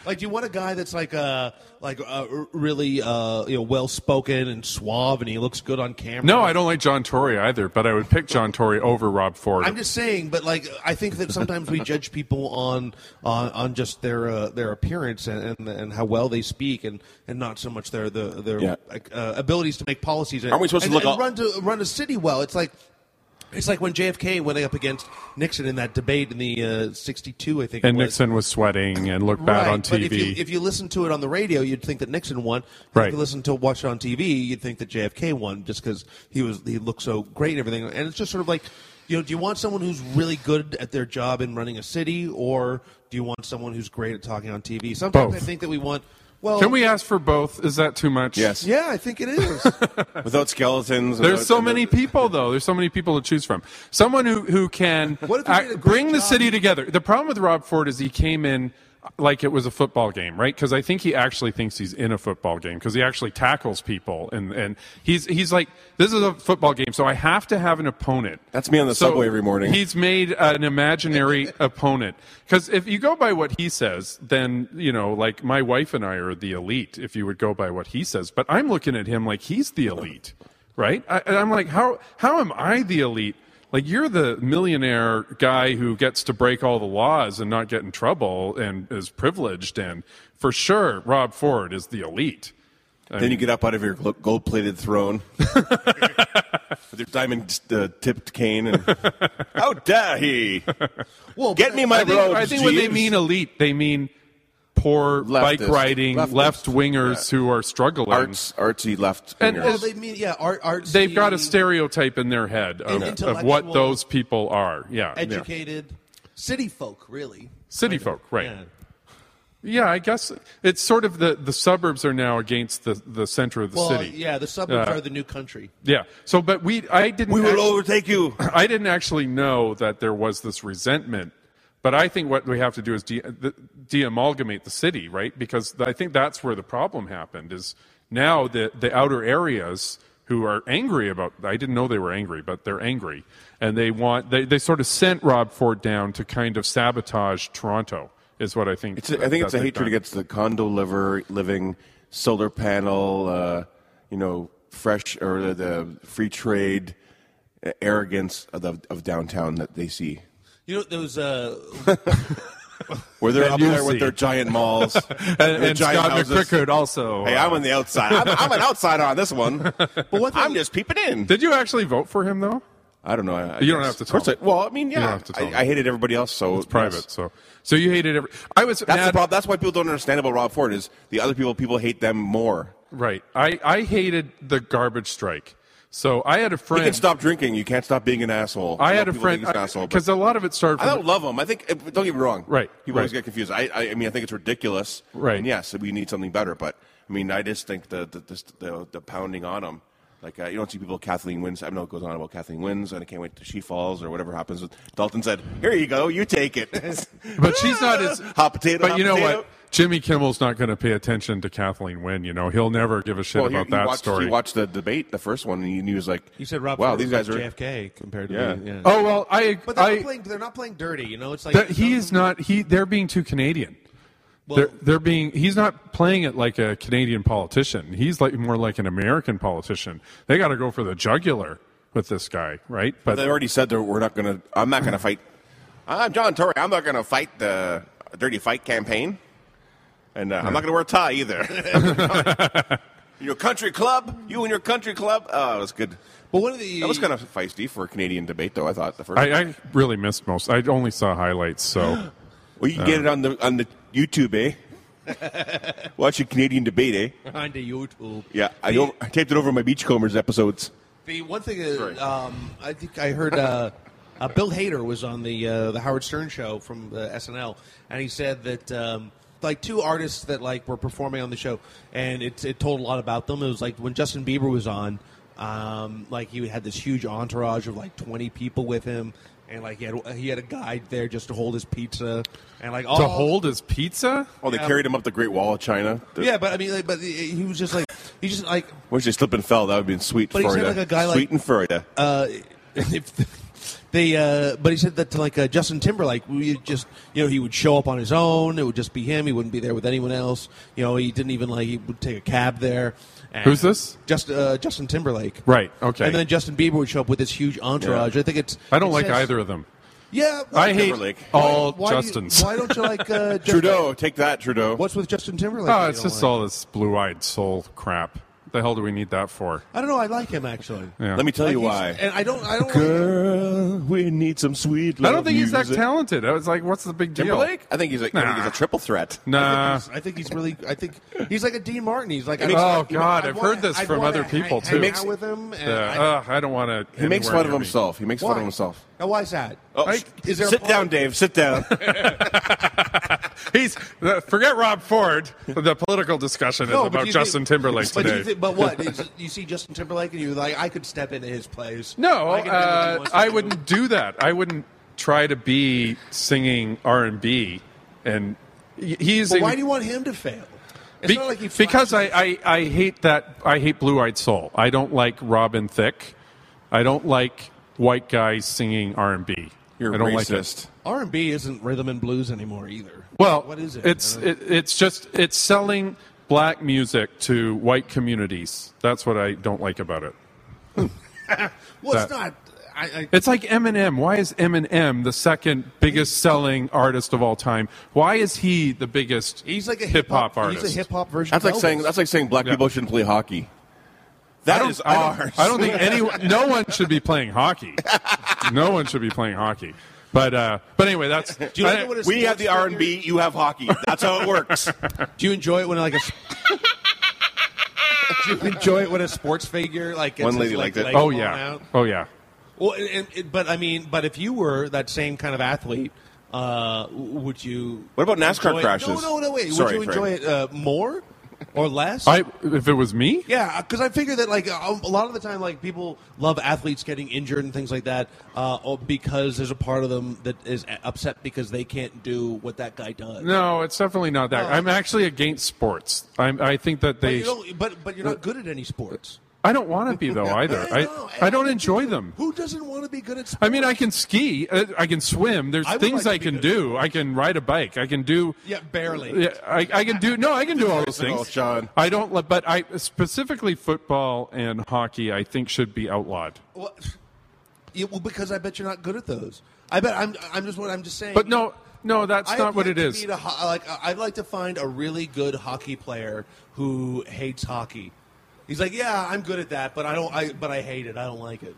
Like, do you want a guy that's like uh like uh, r- really uh you know well spoken and suave and he looks good on camera?
No, I don't like John Tory either, but I would pick John Tory over Rob Ford.
I'm just saying, but like I think that sometimes we judge people on on, on just their uh, their appearance and, and and how well they speak, and, and not so much their their, their
Yeah.
uh, abilities to make policies. And,
Aren't we supposed to
and-
look
and
all-
run to run a city well? It's like. It's like when JFK went up against Nixon in that debate in the uh, '62, I think. it
and
was.
Nixon was sweating and looked bad on
But
TV.
if you, if you listen to it on the radio, you'd think that Nixon won. But
Right.
If you listen to watch it on TV, you'd think that JFK won just because he was he looked so great and everything. And it's just sort of like, you know, do you want someone who's really good at their job in running a city, or do you want someone who's great at talking on TV? Sometimes
Both.
I think that we want. Well,
Can we ask for both? Is that too much?
Yes.
Yeah, I think it is.
Without skeletons.
There's
without-
so many people, though. There's so many people to choose from. Someone who who can
What if he
act-
did a great
bring the
job?
city together. The problem with Rob Ford is he came in like it was a football game, right? Because I think he actually thinks he's in a football game because he actually tackles people, and and he's he's like, this is a football game, so I have to have an opponent.
That's me on the
So
subway every morning.
He's made an imaginary opponent because if you go by what he says, then you know, like my wife and I are the elite. If you would go by what he says, but I'm looking at him like he's the elite, right? I, and I'm like, how how am I the elite? Like you're the millionaire guy who gets to break all the laws and not get in trouble and is privileged. And for sure, Rob Ford is the elite.
Then you get up out of your gold plated throne with your diamond uh, tipped cane. And, How dare he?
Well,
Get
but-
me my
I think,
robes.
I think when they
Jeeves.
mean elite, they mean poor bike
Leftist.
riding
Leftist.
left wingers who are struggling.
arts, artsy left.
And-
Well,
wingers.
they mean yeah, art, art.
They've got a stereotype in their head
And
of, of what
intellectual-
those people are. Yeah. yeah.
educated city folk, really.
City folk, right.
Yeah.
Yeah, I guess it's sort of the, the suburbs are now against the, the center of the
Well,
city.
yeah, the suburbs
Uh,
are the new country.
Yeah. So, but we, I didn't.
we will
act-
overtake you.
I didn't actually know that there was this resentment, but I think what we have to do is de- the- de-amalgamate the city, right? Because I think that's where the problem happened. Is now the the outer areas who are angry about. I didn't know they were angry, but they're angry, and they want they they sort of sent Rob Ford down to kind of sabotage Toronto. Is what I think.
It's a, I think it's a hatred
against.
against the condo liver, living, solar panel, uh, you know, fresh or the, the free trade uh, arrogance of, the, of downtown that they see.
You know, there was uh,
Where they're
That
up
you
there with
see.
their giant malls
And,
their
and
giant
Scott
houses.
McCrickard also.
Hey,
uh,
I'm on the outside. I'm, I'm an outsider on this one. But
one thing-
I'm just peeping in.
Did you actually vote for him though?
I don't know. I, I
You don't have
guess.
to
Of course
tell.
I- well, I mean, yeah,
don't have to tell.
I, I hated everybody else, so
It's private,
yes.
so so you hated every. I was
That's
mad-
the problem. That's why people don't understand about Rob Ford is the other people. People hate them more.
Right. I, I hated the garbage strike. So I had a
You
friend.
can stop drinking. You can't stop being an asshole.
I
know
had a
people think
friend uh,
he's an asshole, but-
because a lot of it started.
I
From,
don't love him. I think. eh, Don't get me wrong.
Right,
People always
right.
get confused. I, I, I mean, I think it's ridiculous.
Right.
And yes, we need something better. But I mean, I just think the the this, the, the pounding on him. Like uh, you don't see people. Kathleen wins. I know it goes on about Kathleen wins, and I can't wait till she falls or whatever happens. Dalton said, "Here you go. You take it."
but she's not as
hot potato.
But
hot
you know
potato.
what? Jimmy Kimmel's not going to pay attention to Kathleen Wynne. You know he'll never give a shit
Well, he,
about
he
that
watched,
story.
He watched the debate, the first one, and he, he was like,
you said Rob.
wow,
Ford
these
was
guys are."
like JFK compared to
Yeah.
me. Yeah.
oh well, I
but they're
I
not playing. They're not playing dirty. You know, it's like
that he is not he. They're being too Canadian.
Well-
they're, they're being he's not playing it like a Canadian politician. He's like more like an American politician. They got to go for the jugular with this guy, right? But
They already said that we're not going to. I'm not going to fight. I'm John Tory. I'm not going to fight the dirty fight campaign, and uh, I'm not going to wear a tie either. your country club, you and your country club. Oh, it was good.
But one of the
That was kind of feisty for a Canadian debate, though. I thought the first.
I, I really missed most. I only saw highlights, so
well, you can get it
uh,
on the on the YouTube, eh? Watch a Canadian debate, eh?
behind the YouTube.
Yeah, I, over, I taped it over my Beachcombers episodes.
The one thing is, um, I think I heard uh, uh, Bill Hader was on the uh, the Howard Stern show from uh, SNL, and he said that um, like two artists that like were performing on the show, and it it told a lot about them. It was like when Justin Bieber was on, um, like he had this huge entourage of like twenty people with him. And like he had, he had a guide there just to hold his pizza, and like all
to hold his pizza.
Oh, they carried him up the Great Wall of China. The-
yeah, but I mean, like, but he he was just like he just like
Wish they slipped and fell. That would have been sweet
But he
Florida.
said like a guy like-
sweet in Florida.
uh, if they, uh, but he said that to like uh, Justin Timberlake, we just you know he would show up on his own. It would just be him. He wouldn't be there with anyone else. You know, he didn't even like he would take a cab there. And
Who's this?
Just uh, Justin Timberlake.
Right, okay.
And then Justin Bieber would show up with this huge entourage. I think it's.
I don't
it
like
says-
either of them.
Yeah,
I hate
Timberlake.
all
why do you-
Justins.
why don't you like uh, Justin-
Trudeau, take that, Trudeau.
What's with Justin Timberlake? that
oh,
you
it's
don't
just
like?
all this blue-eyed soul crap. The hell do we need that for?
I don't know. I like him actually.
Yeah.
Let me tell you
He's-
why.
And I don't. I don't.
Girl, we need some sweet.
I
Love
don't think he's that
music.
talented. I was like, what's the big deal?
Timberlake? I think he's a, I think he's a triple threat.
Nah. Uh,
I think he's really. I think he's like a Dean Martin. He's like. I
makes-
don't-
Oh
you know,
God,
I'd
I've
wanna-
heard this
I'd
from
wanna
other
hang-
people
hang
too.
out with him. And
Yeah, Uh,
I-
ugh, I don't want to.
He makes fun of himself. He makes fun
Why?
of himself.
Now, why is that?
Oh,
I-
is there a
sit
pause?
down, Dave. Sit down.
He's uh, forget Rob Ford. The political discussion is
No, but
about
you
Justin
think-
Timberlake
But,
today.
you think- but what? Is, you see Justin Timberlake, and you like, I could step into his place.
No,
I, could do what he
uh,
wants to
I
do.
wouldn't do that. I wouldn't try to be singing R and B, and y- he's.
But
in-
why do you want him to fail? It's
Be-
not like he flies
because
to
I,
the-
I, I hate that I hate Blue Eyed Soul. I don't like Robin Thicke. I don't like white guys singing R and B.
You're
I don't like it.
racist.
R and B isn't rhythm and blues anymore either.
Well,
what is it?
It's
I don't-
it, it's just it's selling black music to white communities. That's what I don't like about it.
well, it's
that-
not. I, I,
It's like Eminem. Why is Eminem the second biggest selling artist of all time? Why is he the biggest
he's like a
hip hop artist?
He's a hip hop version.
That's
of
like saying
Elvis.
that's like saying black people shouldn't play hockey. That is
I don't-
ours.
I don't think anyone, no one should be playing hockey. No one should be playing hockey. But uh, but anyway, that's.
Do you
I-
know what a
we have
sports
the R and B. You have hockey. That's how it works.
Do you enjoy it when like a? do you enjoy it when a sports figure like gets
One
his,
lady
like,
liked it.
leg
oh
blown
yeah,
out?
oh yeah.
Well, and, and, it- but I mean, but if you were that same kind of athlete, uh, w- would you?
What about NASCAR
enjoy it-
crashes?
No, no, no. Wait,
Sorry,
would you
Frank.
enjoy it uh, more or less?
I if it was me,
Yeah, because I figure that like a a lot of the time, like people love athletes getting injured and things like that, uh, or because there's a part of them that is a- upset because they can't do what that guy does.
no, it's definitely not that.
Oh.
I'm actually against sports. I'm, I think
but,
that they.
you don't, but but you're not good at any sports.
I don't want to be though either. I I don't enjoy them.
Who doesn't want to be good at sports?
I mean, I can ski. uh, I can swim. There's
I would like
things
to
I
be
can
good.
do. I can ride a bike. I can do.
Yeah, barely.
Yeah, I, I can do. No, I can do all those
Versatile,
things.
Oh, Sean.
I don't. let- But I specifically football and hockey. I think should be outlawed.
Well, yeah, well, because I bet you're not good at those. I bet I'm. I'm just what I'm just saying.
But no, no, that's
I
not what
like
it
to
is.
meet a ho- like, I- I'd like to find a really good hockey player who hates hockey. He's like, yeah, I'm good at that, but I don't. I but I hate it. I don't like it.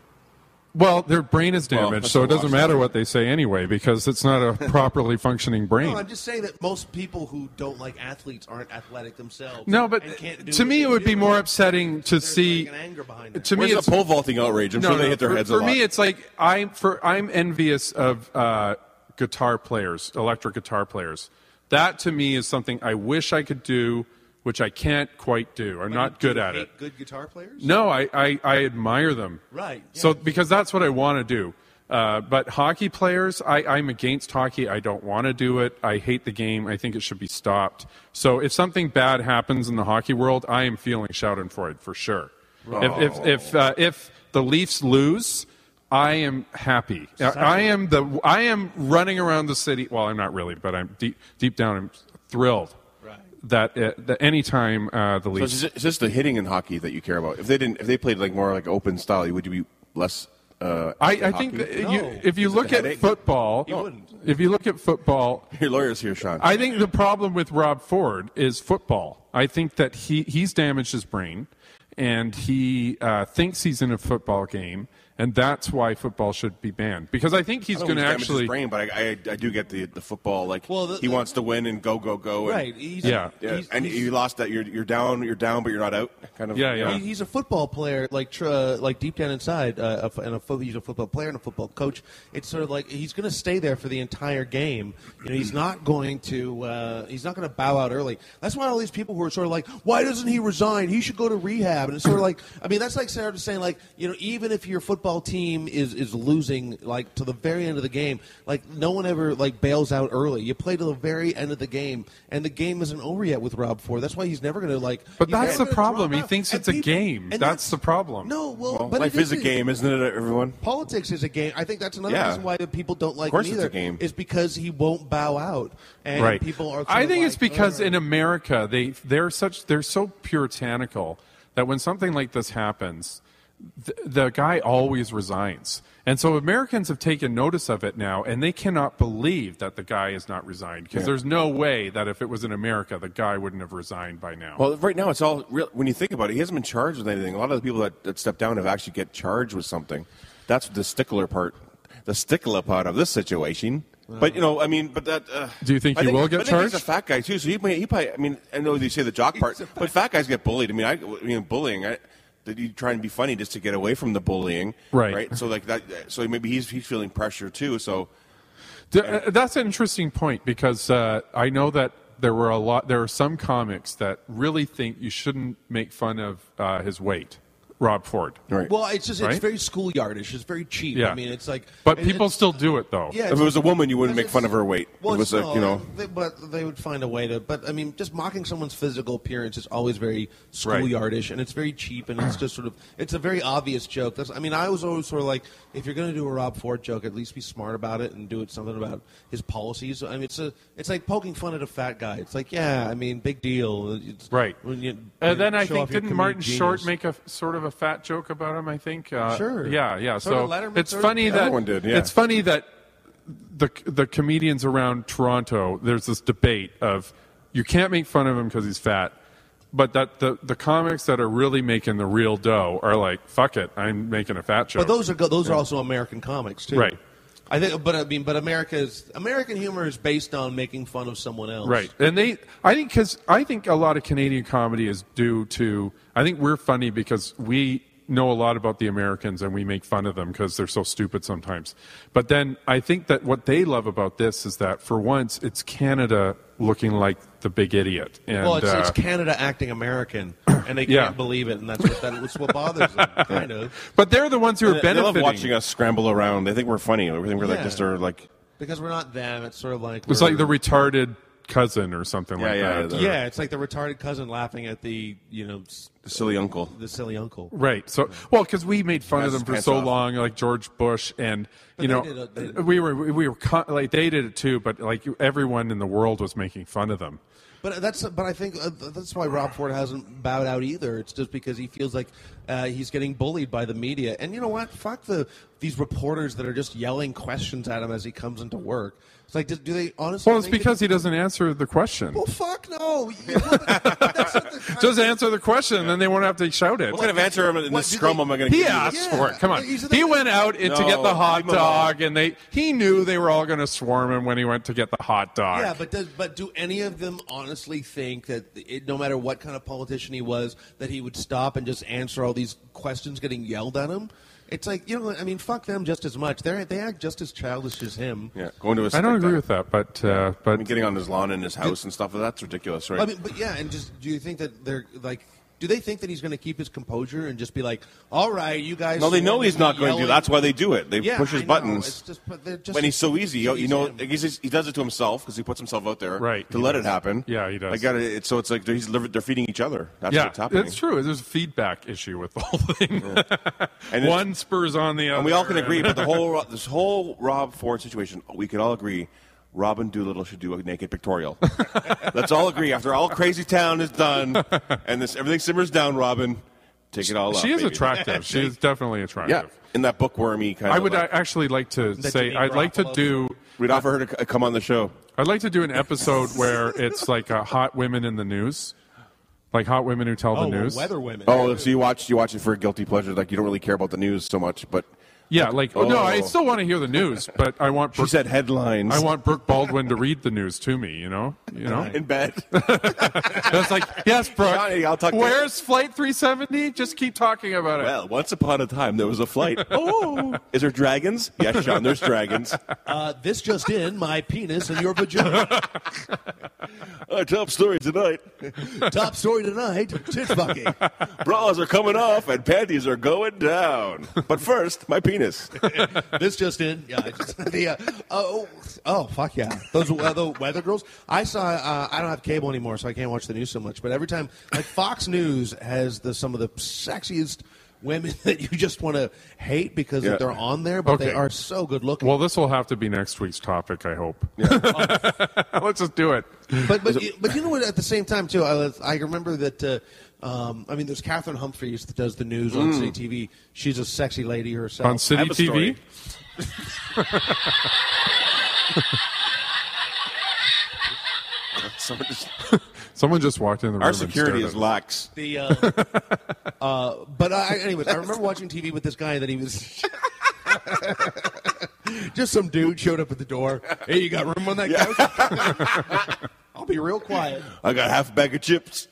Well, their brain is
Well,
damaged,
that's
so
a
it doesn't
wash.
matter what they say anyway, because it's not a properly functioning brain.
No, I'm just saying that most people who don't like athletes aren't athletic themselves.
No, but
and can't do
to
what
me,
they
it would be
do.
more upsetting to
There's
see.
like an anger behind that.
To me,
Where's the
it's
pole vaulting outrage? I'm sure they hit their
for,
heads
for
a lot.
me, it's like I'm for I'm envious of uh, guitar players, electric guitar players. That to me is something I wish I could do, which I can't quite do. I'm not
Do you
good at
hate
it.
Good guitar players.
No, I, I, I admire them.
Right, yeah.
So because that's what I want to do. Uh, but hockey players, I, I'm against hockey. I don't want to do it. I hate the game. I think it should be stopped. So if something bad happens in the hockey world, I am feeling Schadenfreude for sure. If
Oh.
if if, uh, if the Leafs lose, I am happy. I- I am the I am running around the city. Well, I'm not really, but I'm deep deep down. I'm thrilled
Right.
that uh, that anytime uh, the
So
Leafs
it's just, it's just the hitting in hockey that you care about. If they didn't, if they played like more like open style, would you be less? Uh,
I,
into
I think
hockey?
that you,
No.
if you
Is it
look
a
at
headache?
football,
You wouldn't.
if you look at football,
your lawyer's here, Sean.
I think the problem with Rob Ford is football. I think that he, he's damaged his brain and he uh, thinks he's in a football game, and that's why football should be banned. Because I think he's
I don't
going to
know if it's damaged his
actually.
brain, but I, I, I do get the the football. Like
Well, the-
he wants to win and go go go. And,
Right. He's,
Yeah.
Yeah,
he's-
and
he's-
you lost that. You're you're down. You're down, but you're not out. Kind of.
Yeah, yeah.
He- he's a football player, like tr- uh, like deep down inside, uh, a f- and a fo- he's a football player and a football coach. It's sort of like he's going to stay there for the entire game. You know, he's not going to uh, he's not going to bow out early. That's why all these people who are sort of like, why doesn't he resign? He should go to rehab. And it's sort of like, I mean, that's like Sarah was saying, like you know, even if your football team is is losing, like to the very end of the game, like no one ever like bails out early. You play to the very end of the game, and the game isn't over yet with Rob Ford. That's why he's never going to like.
But
he's
that's
never
the
gonna
problem.
drop
He
out.
thinks
And
it's a
people-
game.
and
That's the problem.
No, well,
Well,
but
life
it
is a game, isn't it, everyone?
Politics is a game. I think that's another
Yeah.
reason why the people don't like
Of course
him
it's
either.
a game.
Is because he won't bow out, and
right.
people are.
I think it's because
in
in America they they're such they're so puritanical that when something like this happens, th- the guy always resigns, and so Americans have taken notice of it now, and they cannot believe that the guy is not resigned because there's no way that if it was in America, the guy wouldn't have resigned by now.
Well, right now it's all real. When you think about it, he hasn't been charged with anything. A lot of the people that, that step down have actually get charged with something. That's the stickler part, the stickler part of this situation. But you know, I mean, but that. Uh,
Do you think
I
he will get
but I think He's
charged?
a fat guy too, so he, may, he probably. I mean, I know you say the jock part, but fat guys get bullied. I mean, I, I mean, bullying. I, that you try and be funny just to get away from the bullying,
Right.
Right. So like that. uh, So maybe he's he's feeling pressure too. So
D- uh, that's an interesting point because uh, I know that there were a lot. There are some comics that really think you shouldn't make fun of uh, his weight, Rob Ford.
right.
well, it's just
Right?
it's very schoolyardish. It's very cheap.
Yeah.
I mean, it's like.
But
and
people
it's-
still do it though.
Yeah,
Oh. if it was a woman, you wouldn't make
it's-
fun of her weight.
Well,
it was
it's-
like you
no,
know.
they- but they would find a way to. But I mean, just mocking someone's physical appearance is always very
Right.
schoolyardish, and it's very cheap, and it's just sort of it's a very obvious joke. That's I mean, I was always sort of like, if you're going to do a Rob Ford joke, at least be smart about it and do it something about his policies. I mean, it's a it's like poking fun at a fat guy. It's like, yeah, I mean, big deal. It's-
Right.
When you,
and then I
show
think
off your
didn't
comedic
Martin Short
genius.
make a f- sort of have a fat joke about him. I think. Uh,
Sure.
Yeah, yeah.
So
So,
did Letterman,
it's
so did
funny
the
that
other one did, yeah.
it's funny that the the comedians around Toronto. There's this debate of you can't make fun of him because he's fat, but that the the comics that are really making the real dough are like, fuck it, I'm making a fat joke.
But those are go- those are also American comics too.
Right.
I think, but I mean, but America's American humor is based on making fun of someone else.
Right, and they, I think, because I think a lot of Canadian comedy is due to, I think we're funny because we know a lot about the Americans and we make fun of them because they're so stupid sometimes. But then I think that what they love about this is that for once it's Canada looking like the big idiot. And,
well, it's, it's
uh,
Canada acting American, and they can't
Yeah.
believe it, and that's what that, that's what bothers them, kind of,
but they're the ones who are
They they love
benefiting.
watching us scramble around. They think we're funny. They think we're like
Yeah.
just are like
because we're not them. It's sort of like
it's
we're-
like the retarded cousin or something
Yeah,
like
yeah,
that.
the-
yeah, it's like the retarded cousin laughing at the you know s-
silly uncle.
the silly uncle.
Right. So, well, because we made fun of
That's
them for
pants
so
off.
long, like George Bush, and you
they
know,
did a- they-
we were we were con- like they did it too, but like everyone in the world was making fun of them.
But that's but I think uh, that's why Rob Ford hasn't bowed out either. It's just because he feels like uh, he's getting bullied by the media. And you know what? Fuck the these reporters that are just yelling questions at him as he comes into work. It's like, do, do they honestly?
Well, it's
think
because he doesn't answer the question.
Well, fuck no. You- well, that's not the kind
Just
of-
answer the question, then they won't have to shout it.
What kind of answer am I- in
What
this
do
scrum
they-
am I going to
He
give? you?
asked
Yeah.
for it. Come on.
These are the-
He went out in to
No,
get the hot
leave him alone.
dog, and they he knew they were all going to swarm him when he went to get the hot dog.
Yeah, but does, but do any of them honestly think that it, no matter what kind of politician he was, that he would stop and just answer all these questions getting yelled at him? It's like you know, I mean, fuck them just as much. They they act just as childish as him.
Yeah, going to a
I don't
stick
agree
down.
with that. But uh,
I
but
mean, getting on his lawn in his house and stuff. That's ridiculous, right?
I mean, but yeah, and just do you think that they're like? Do they think that he's going to keep his composure and just be like, "All right, you guys"?
no, they know
won't
he's
be
not going to.
yelling."
That's why they do it. They
yeah,
push his
I know.
buttons.
It's just- but they're just-
when he's so easy, you, you
he's
know,
him.
he's just- he does it to himself because he puts himself out there,
Right,
To
he
let
does.
it happen.
Yeah, he does.
I got it. So it's like they're- he's liver- they're feeding each other. That's
yeah,
what's happening.
it's true. There's a feedback issue with the whole thing.
And it's-
One spurs on the other.
And we all can agree, but the whole Ro- this whole Rob Ford situation, we could all agree. Robin Doolittle should do a naked pictorial. Let's all agree. After all Crazy Town is done, and this everything simmers down, Robin, take it all.
She
up,
is
baby.
attractive. she is definitely
Yeah,
attractive.
in that bookwormy kind
I
of.
would
like-
a- actually like to
That
say
Janine
I'd like to
Garofalo.
do
we'd offer her to c- come on the show.
I'd like to do an episode where it's like uh hot women in the news, like hot women who tell
oh,
the
well,
news.
weather women.
Oh, so you watch you watch it for a guilty pleasure? Like you don't really care about the news so much, but
Yeah, like oh. no, I
Oh.
still want to hear the news, but I want
she
Brooke,
said headlines.
I want Brooke Baldwin to read the news to me. You know, you know.
in bed.
That's like yes, Brooke.
Johnny, I'll talk to-
where's Flight 370? Just keep talking about it.
well, once upon a time there was a flight. Oh, is there dragons? Yes, Sean. There's dragons.
Uh, this just in: my penis and your vagina.
Our top story tonight:
Top story tonight: tit fucking.
bras are coming off and panties are going down. But first, my penis.
this just in. Yeah, I just, the, uh, oh, oh, fuck yeah. Those uh, the weather girls. I saw. Uh, I don't have cable anymore, so I can't watch the news so much. But every time, like Fox News has the some of the sexiest women that you just want to hate because
Yeah.
they're on there, but they
Okay.
are so good looking.
Well, this will have to be next week's topic. I hope. Let's just do it.
but but, you, but you know what? At the same time too, I, was- I remember that. Uh, um, I mean, there's Catherine Humphries that does the news on City TV. She's a sexy lady herself.
Mm. on
I
City
have a story.
TV.
Someone just-
Someone just walked in the room.
Our
and
security
stared
is
at us.
lax.
The uh, uh, but I, anyways, I remember watching TV with this guy that he was just some dude showed up at the door. Hey, you got room on that couch? I'll be real quiet.
I got half a bag of chips.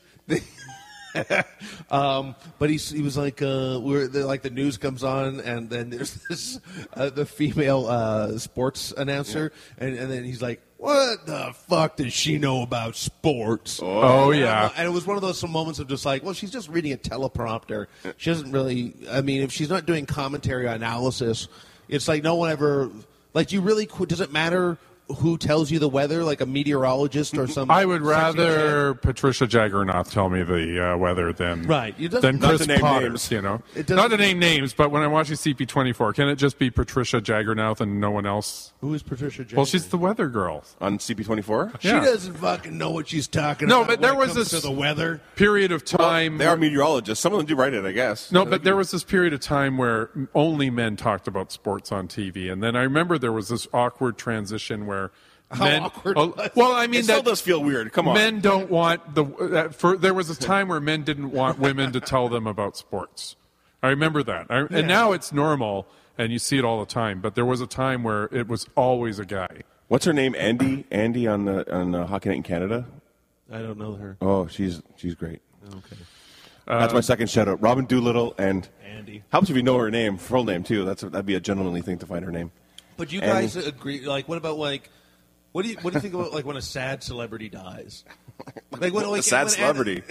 Um, but he he was like, uh, we're the, like the news comes on, and then there's this uh, the female uh, sports announcer, and, and then he's like, what the fuck does she know about sports?
Oh
And I'm
yeah.
like- And it was one of those some moments of just like, well, she's just reading a teleprompter. She doesn't really. I mean, if she's not doing commentary or analysis, it's like no one ever. Like, do you really? qu- Does it matter who tells you the weather, like a meteorologist or some?
I would
sexy chick?
rather Patricia Jaggernoff tell me the uh, weather than
Right. It doesn't-
than
Not
Chris
to name
Potter.
names.
You know,
It doesn't-
not to name names, but when I'm watching CP24, can it just be Patricia Jaggernoff and no one else?
Who is Patricia? Jane?
Well, she's the weather girl.
on CP24.
yeah.
She doesn't fucking know what she's talking
No,
about.
but there
when it
was
comes
this-
to the weather.
Period of time.
They are meteorologists. Some of them do write it, I guess.
No, but there was this period of time where only men talked about sports on TV, and then I remember there was this awkward transition where
How
men.
awkward
oh,
was
well, I
It
mean,
still
that,
does feel weird. Come on.
men don't want the. Uh, for, there was a time where men didn't want women to tell them about sports. I remember that, I, and now it's normal, and you see it all the time. But there was a time where it was always a guy.
What's her name? Andy. Andy on the on uh, Hockey Night in Canada.
I don't know her.
Oh, she's she's great. Okay. That's my second shout out. Robin Doolittle and
Andy.
Helps if you know her name, full name too. That's a, that'd be a gentlemanly thing to find her name.
But you
And-
guys agree? Like, what about like, what do you what do you think about like when a sad celebrity dies? Like when
a
like,
sad
when
celebrity,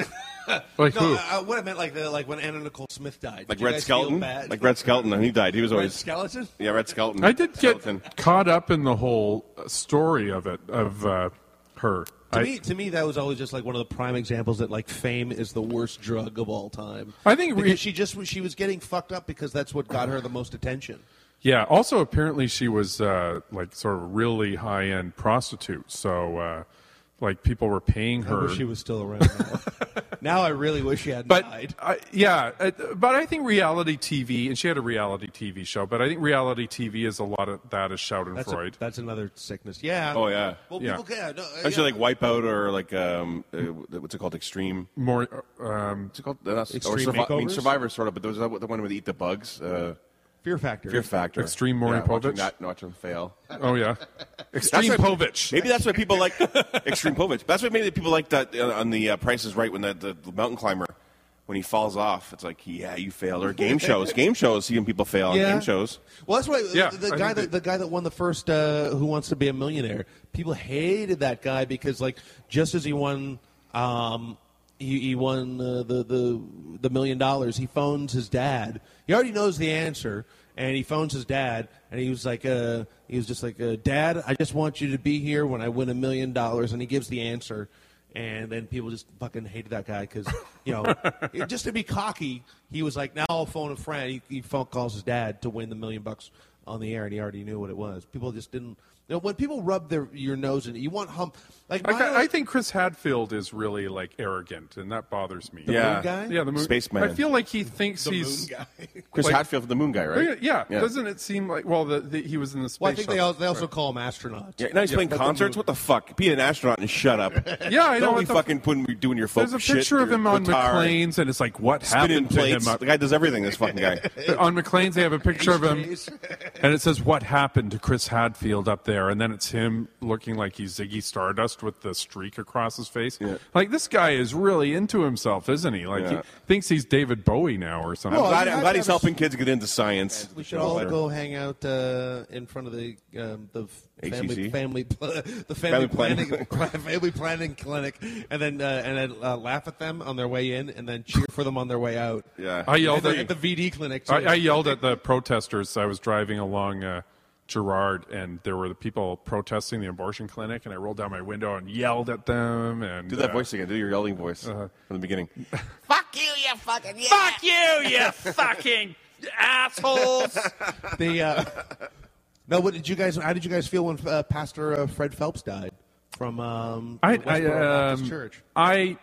Like
Anna,
who?
no, I, I- what I meant like the, like when Anna Nicole Smith died.
like
Did you
Red
guys feel
Skelton,
bad?
like Red Skelton, and he died. He was
Red
always
Skeleton.
yeah, Red Skelton.
I did get
Skeleton.
caught up in the whole uh, story of it of uh, her.
To
I,
me, to me, that was always just like one of the prime examples that like fame is the worst drug of all time.
I think re-
because she just was- she was getting fucked up because that's what got her the most attention.
Yeah. Also, apparently, she was uh, like sort of really high end prostitute. So, uh, like people were paying
I
her.
wish she was still around. Now, Now I really wish she hadn't
but
died.
I- yeah, uh, but I think reality TV, and she had a reality TV show. But I think reality TV is a lot of that is Schadenfreude.
That's, a- that's another sickness. Yeah.
Oh yeah.
Well,
Yeah.
people can. No, uh,
Actually,
yeah.
like Wipeout or like um, uh, what's it called? Extreme.
More. uh, Um,
What's it called? Uh, not- or
Extreme
Survi- I mean,
Makeovers?
Survivor sort of, but there was that- the one where they eat the bugs. Uh,
Fear Factor.
Fear Factor.
Extreme
Yeah, watching
Moripovich?
that, and watch them fail.
oh yeah, Extreme
That's why-
Povich.
Maybe that's why people like Extreme Povich. That's why maybe people like that uh, on the uh, Price is Right when the, the, the mountain climber when he falls off. It's like, yeah, you failed. Or game shows, game shows, seeing people fail on
Yeah.
game shows.
Well, that's why
Yeah,
the, guy
I think
that
that-
the guy that won the first uh, Who Wants to Be a Millionaire, people hated that guy because like just as he won, um, he, he won uh, the the the million dollars, he phones his dad. He already knows the answer, and he phones his dad, and he was like, uh, he was just like, uh, Dad, I just want you to be here when I win a million dollars, and he gives the answer. And then people just fucking hated that guy because, you know, it- just to be cocky, he was like, now I'll phone a friend. He, he phone calls his dad to win the million bucks on the air, and he already knew what it was. People just didn't. You know, when people rub their your nose in it, you want hump. Like,
Like,
my
I, I think Chris Hadfield is really like arrogant, and that bothers me.
yeah.
moon guy?
Yeah, the moon.
Spaceman.
I feel like he thinks he's.
Chris
Like-
Hatfield, the moon guy,
Oh, yeah,
right?
yeah. doesn't it seem like well, the, the, he was in the space.
Well, I think they,
shuttle.
al- they also call him astronauts.
Yeah, now he's playing concerts. What the fuck? Be an astronaut and shut up.
Yeah, I know
Don't
what
be
the-
fucking putting doing your focus
There's a picture of him on McLean's, and it's like, what
Spinning
happened to him?
plates. The guy does everything. This fucking guy.
But on McLean's, they have a picture of him, and it says, "What happened to Chris Hadfield up there?" And then it's him looking like he's Ziggy Stardust with the streak across his face.
Yeah.
Like this guy is really into himself, isn't he? Like
Yeah.
he thinks he's David Bowie now or something.
Well,
glad,
you
I'm
have
glad
to
he's
have a-
helping kids get into science.
We should all go hang out uh, in front of the um, the f- family
ACC?
family pl- the family,
E Family
planning
planning.
pla- family planning clinic, and then uh, and then uh, laugh at them on their way in, and then cheer for them on their way out.
Yeah.
I
And
yelled
then
at
at the VD clinic. Too.
I, I yelled at the protesters. I was driving along uh, Gerard, and there were the people protesting the abortion clinic, and I rolled down my window and yelled at them. And
Do that
uh,
voice again. Do your yelling voice
Uh-huh.
from the beginning.
Fuck you, you fucking yeah.
Fuck you, you fucking assholes!
the uh, no. What did you guys? How did you guys feel when uh, Pastor uh, Fred Phelps died from um,
I,
the
I,
Westboro Baptist
um,
Church?
I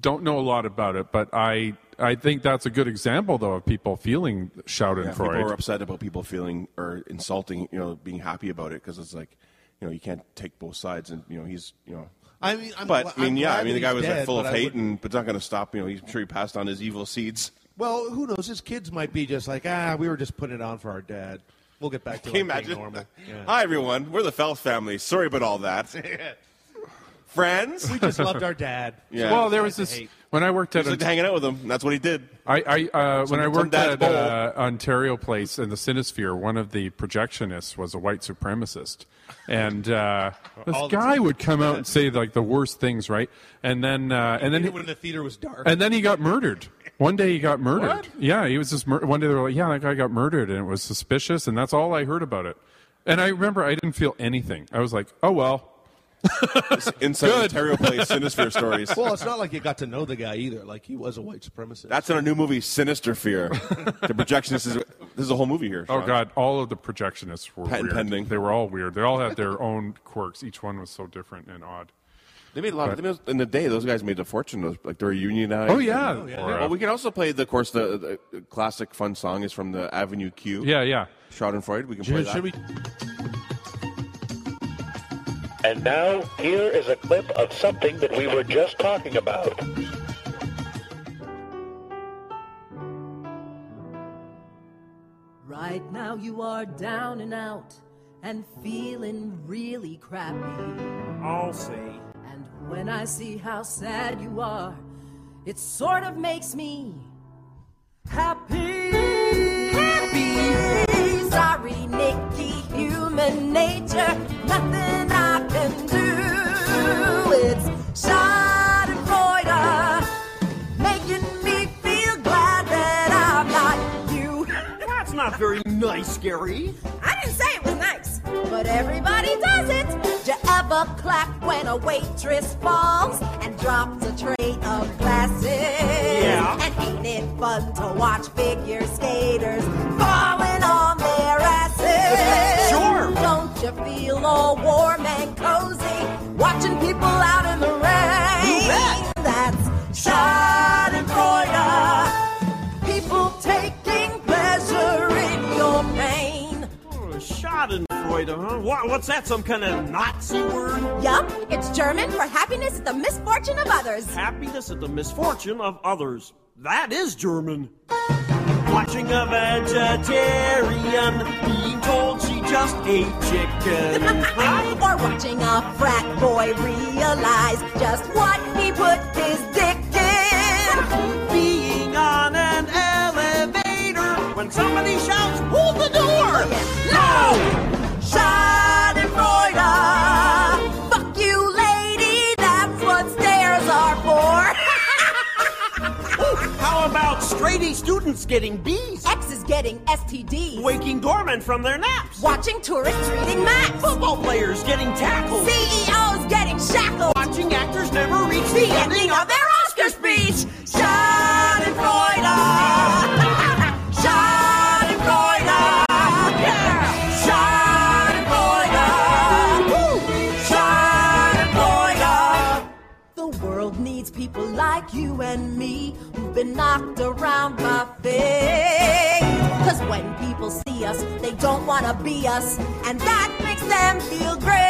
don't know a lot about it, but I I think that's a good example though of people feeling
Yeah,
Schadenfreude.
people are upset about people feeling or insulting, you know, being happy about it because it's like, you know, you can't take both sides, and you know, he's, you know.
I mean, I'm
but
gla-
I mean,
I'm
yeah,
glad
I mean,
that
the guy
he's
was
dead,
like, full
but
of
I
hate,
wouldn't-
and but it's not going to stop. You know, he's I'm sure he passed on his evil seeds.
Well, who knows? His kids might be just like, ah, we were just putting it on for our dad. We'll get back to
Can you
like,
imagine?
being normal. Yeah.
Hi everyone, we're the Phelps family. Sorry about all that. Friends, we
we just loved our dad.
Yeah.
Well, there was this when I worked at
just liked
a,
hanging out with him. and That's what he did.
I, I uh, when I
some
worked
dad's
at uh, Ontario Place in the Cinesphere, one of the projectionists was a white supremacist, and uh, this
All the
guy
time.
would come out and say like the worst things, right? And then uh, and then
And
he-
when the theater was dark.
And then he got murdered. One day he got murdered. Yeah, he was just mur- one day they were like, yeah, that guy got murdered, and it was suspicious, and that's all I heard about it. And I remember I didn't feel anything. I was like, oh, well.
Inside Ontario plays Sinister Stories.
Well, it's not like you got to know the guy either. Like he was a white supremacist.
That's in our new movie, Sinister Fear. the projectionist is. This is a whole movie here.
Oh
Sean.
God! All of the projectionists were
Patent
weird.
pending.
They were all weird. They all had their own quirks. Each one was so different and odd.
They made a lot. Of, they made, in the day, those guys made a fortune. Those, like they were unionized.
Oh, yeah.
And-
Oh, yeah.
Yeah, well, we can also play. The, of course, the, the classic fun song is from the Avenue Q.
Yeah, yeah.
Schadenfreude. We can play
Should,
that.
should we?
And now, here is a clip of something that we were just talking about.
Right now you are down and out and feeling really crappy.
I'll see.
And when I see how sad you are, it sort of makes me happy. Happy. Sorry, Nikki, human nature, nothing I can do. It's Schadenfreude, making me feel glad that I'm not you.
That's not very nice, Gary.
I didn't say it was nice, but everybody does it. Did you ever clap when a waitress falls and drops a tray of glasses?
Yeah.
And ain't it fun to watch figure skaters falling on their asses?
Sure.
Don't you feel all warm and cozy watching people out in the rain?
You bet.
That's Schadenfreude. People taking pleasure in your pain.
Oh, Schadenfreude, huh? What, what's that? Some kind of Nazi word?
Yup, it's German for happiness is the misfortune of others.
Happiness at the misfortune of others. That is German. Watching a vegetarian being told she just ate chicken. huh?
or watching a frat boy realize just what he put his dick in.
being on an elevator when somebody shouts, "Hold the door!"
No! Schadenfreude! Fuck you, lady, that's what stairs are for.
How about straight A students getting B's?
X is getting STDs.
Waking doormen from their naps.
Watching tourists reading maps.
Football players getting tackled.
CEOs getting shackled.
Watching actors never reach
the
the
ending of their Oscar speech. Schadenfreude. Schadenfreude. Yeah. Schadenfreude. Woo. Schadenfreude. The world needs people like you and me who've been knocked around by fate. Cause when people see us, they don't wanna be us, and that makes them feel great.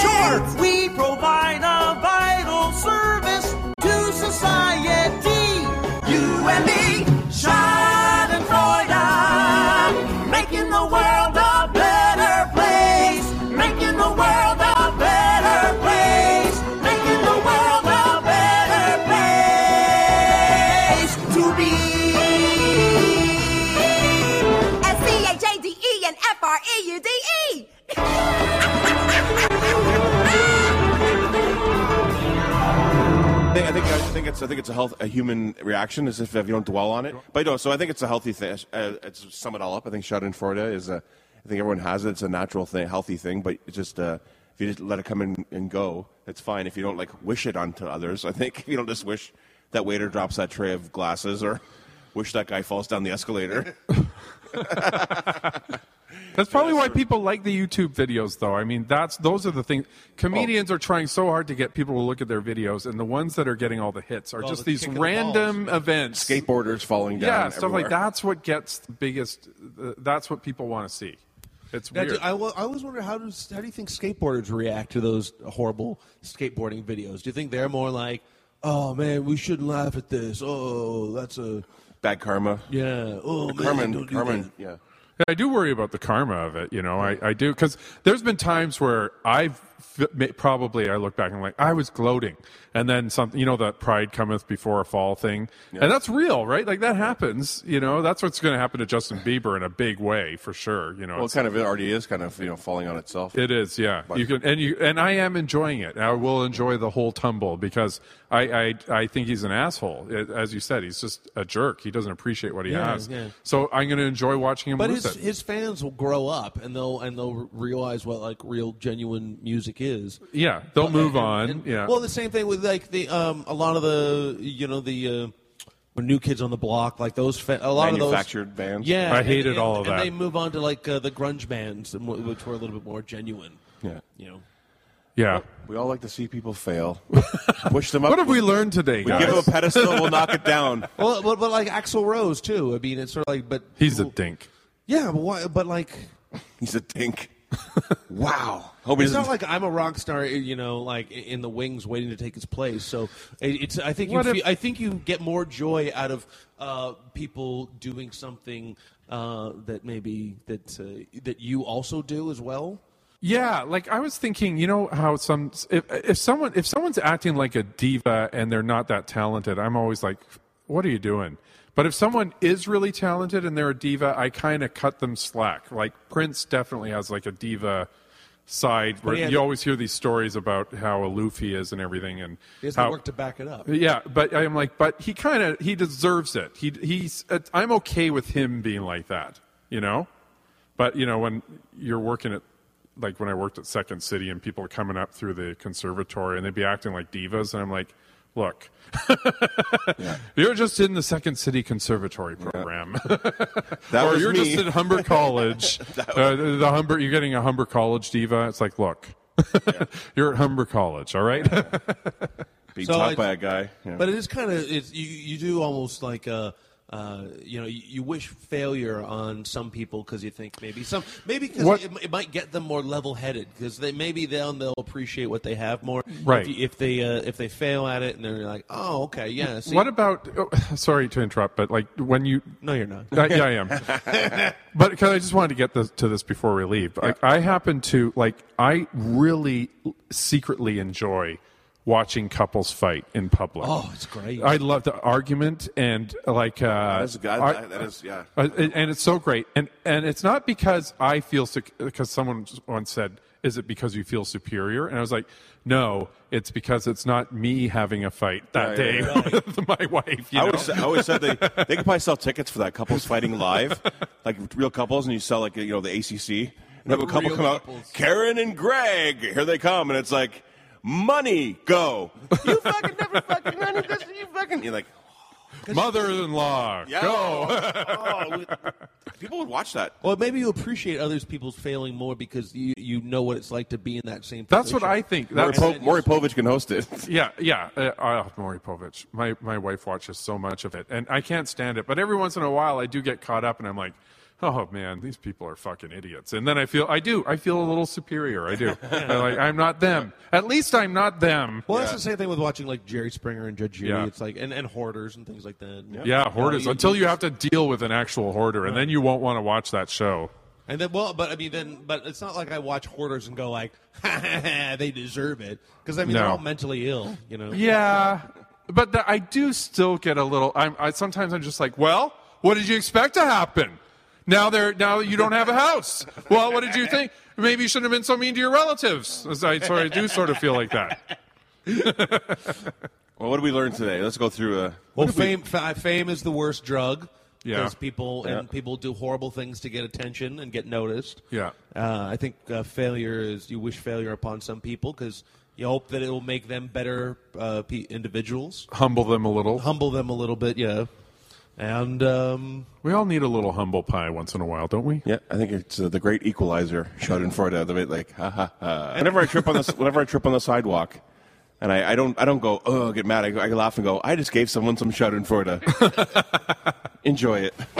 Sure, we provide a vital service to society. You and me, Schadenfreude, making the world a better place, making the world a better place, making the world a better place to be.
S C H A D E and F R E U D E.
I think, I think I think it's I think it's a health a human reaction as if, if you don't dwell on it. But no, so I think it's a healthy thing. Uh, uh, to sum it all up, I think Schadenfreude is a I think everyone has it. It's a natural thing, healthy thing. But it's just uh, if you just let it come in and go, it's fine. If you don't like wish it onto others, I think if you don't just wish that waiter drops that tray of glasses or wish that guy falls down the escalator.
That's probably why people like the YouTube videos, though. I mean, that's those are the things. Comedians are trying so hard to get people to look at their videos, and the ones that are getting all the hits are
Oh,
just
the
these
kick in the
random events.
Skateboarders falling down.
yeah, stuff
everywhere.
like that's what gets the biggest. Uh, that's what people want to see. It's
Now,
weird.
do, I, wa- I always wonder how does how do you think skateboarders react to those horrible skateboarding videos? Do you think they're more like, oh man, we shouldn't laugh at this. Oh, that's a
Bad karma.
yeah. Oh man,
Carmen.
don't do
Carmen.
that."
Yeah.
I do worry about the karma of it, you know. I, I do because there's been times where I've f- ma- probably I look back and I'm like I was gloating, and then something, you know, that pride cometh before a fall thing, and that's real, right? Like that happens, you know. That's what's going to happen to Justin Bieber in a big way for sure, you know.
Well, it
It's-
kind of it already is kind of you know falling on itself.
it is, yeah. You can and you and I am enjoying it. and I will enjoy the whole tumble because I I, I think he's an asshole, as you said. He's just a jerk. He doesn't appreciate what he
Yeah,
has.
yeah.
So I'm going to enjoy watching him
But
lose
his his, his fans will grow up and they'll and they'll realize what like real genuine music is.
Yeah, they'll
But-
move
and-
on,
and-
yeah.
Well, the same thing with like the um a lot of the you know the. Uh, when new kids on the block, like those, fa- a lot of those
Manufactured bands.
Yeah,
I
and-
hated
and-
all of
and
that.
they move on to like uh, the grunge bands, and wh- which were a little bit more genuine.
Yeah.
You know,
Yeah.
We all like to see people fail. Push them up.
What have we learned today,
We
guys?
give them a pedestal, we'll knock it down.
well, but, but like Axl Rose too. I mean, it's sort of like, but
He's a dink.
yeah, but why, but like,
He's a dink. wow. Hope he
it's not
doesn't-
like I'm a rock star, eh, you know, like i- in the wings waiting to take his place. So it- it's I think you
What if-
feel, I think you get more joy out of uh, people doing something uh, that maybe that uh, that you also do as well.
Yeah, like I was thinking, you know how some if, if someone if someone's acting like a diva and they're not that talented, I'm always like, what are you doing? But if someone is really talented and they're a diva, I kind of cut them slack. Like Prince definitely has like a diva side where
he had-
you always hear these stories about how aloof he is and everything and
He has
how
work to back it up.
yeah, but I'm like, but he kind of he deserves it. He he's uh, I'm okay with him being like that, you know. But you know when you're working at like when I worked at Second City and people are coming up through the conservatory and they'd be acting like divas and I'm like, look, you're just in the Second City Conservatory program,
That
or
was
you're
me.
just in Humber College. uh, the, the Humber, you're getting a Humber College diva. It's like, look, you're at Humber College, all right.
Being
So
taught
it's-
by a guy. Yeah.
But it is kind of it's you. You do almost like uh uh, you know, you, you wish failure on some people because you think maybe some, maybe
What-
because it, it might get them more level-headed because they maybe they'll they'll appreciate what they have more.
Right.
If, you, if they uh, if they fail at it and they're like, oh, okay, yeah. See,
What about? Oh, sorry to interrupt, but like when you
no, you're not.
Uh, yeah, I am. but because I just wanted to get this, to this before we leave. Like, I happen to like I really secretly enjoy watching couples fight in public.
Oh, it's great.
I love the argument and like uh,
That is good.
I-
That is- yeah.
uh, and and it's so great, and and it's not because I feel sec- because someone once said, "Is it because you feel superior?" And I was like, "No, it's because it's not me having a fight that
Right,
day
right,
with my wife." You
I
know?
always, I always said they, they could probably sell tickets for that couples fighting live, like real couples, and you sell like you know the ACC, and have a couple
Real
come
couples.
out, Karen and Greg, here they come, and it's like money go. You fucking never fucking none of this. You fucking you're like
Mother-in-law, go.
oh, people would watch that.
Well, maybe you appreciate others people's failing more because you you know what it's like to be in that same.
That's what
position.
I think.
Maury,
That's
po- Maury Povich can host it.
yeah, yeah. Uh, oh, Maury Povich. My my wife watches so much of it, and I can't stand it. But every once in a while, I do get caught up, and I'm like, oh man, these people are fucking idiots. And then I feel I do. I feel a little superior. I do. I'm like I'm not them. At least I'm not them.
Well, that's the same thing with watching like Jerry Springer and Judge Judy.
Yeah.
It's like and, and hoarders and things like that.
Yeah, hoarders. Until you have to deal with an actual hoarder, and then you won't want to watch that show.
And then, well, but I mean, then, but it's not like I watch hoarders and go like, ha, ha, ha, they deserve it because I mean they're
No.
all mentally ill, you know.
Yeah, but the, I do still get a little. I'm, I sometimes I'm just like, well, what did you expect to happen? Now they're now you don't have a house. Well, what did you think? Maybe you shouldn't have been so mean to your relatives. As I, so I do sort of feel like that.
Well, what did we learn today? Let's go through. Uh,
Well, fame, fa- fame is the worst drug.
Yeah.
Because people
Yeah.
and people do horrible things to get attention and get noticed.
Yeah.
Uh, I think uh, failure is you wish failure upon some people because you hope that it will make them better uh, pe- individuals,
Humble them a little.
humble them a little bit, yeah. And um,
We all need a little humble pie once in a while, don't we?
Yeah, I think it's uh, the great equalizer. Schadenfreude, out of it, like ha ha ha. Whenever I trip on the whenever I trip on the sidewalk, and I, I don't I don't go oh get mad. I, go- I laugh and go I just gave someone some Schadenfreude. Enjoy it.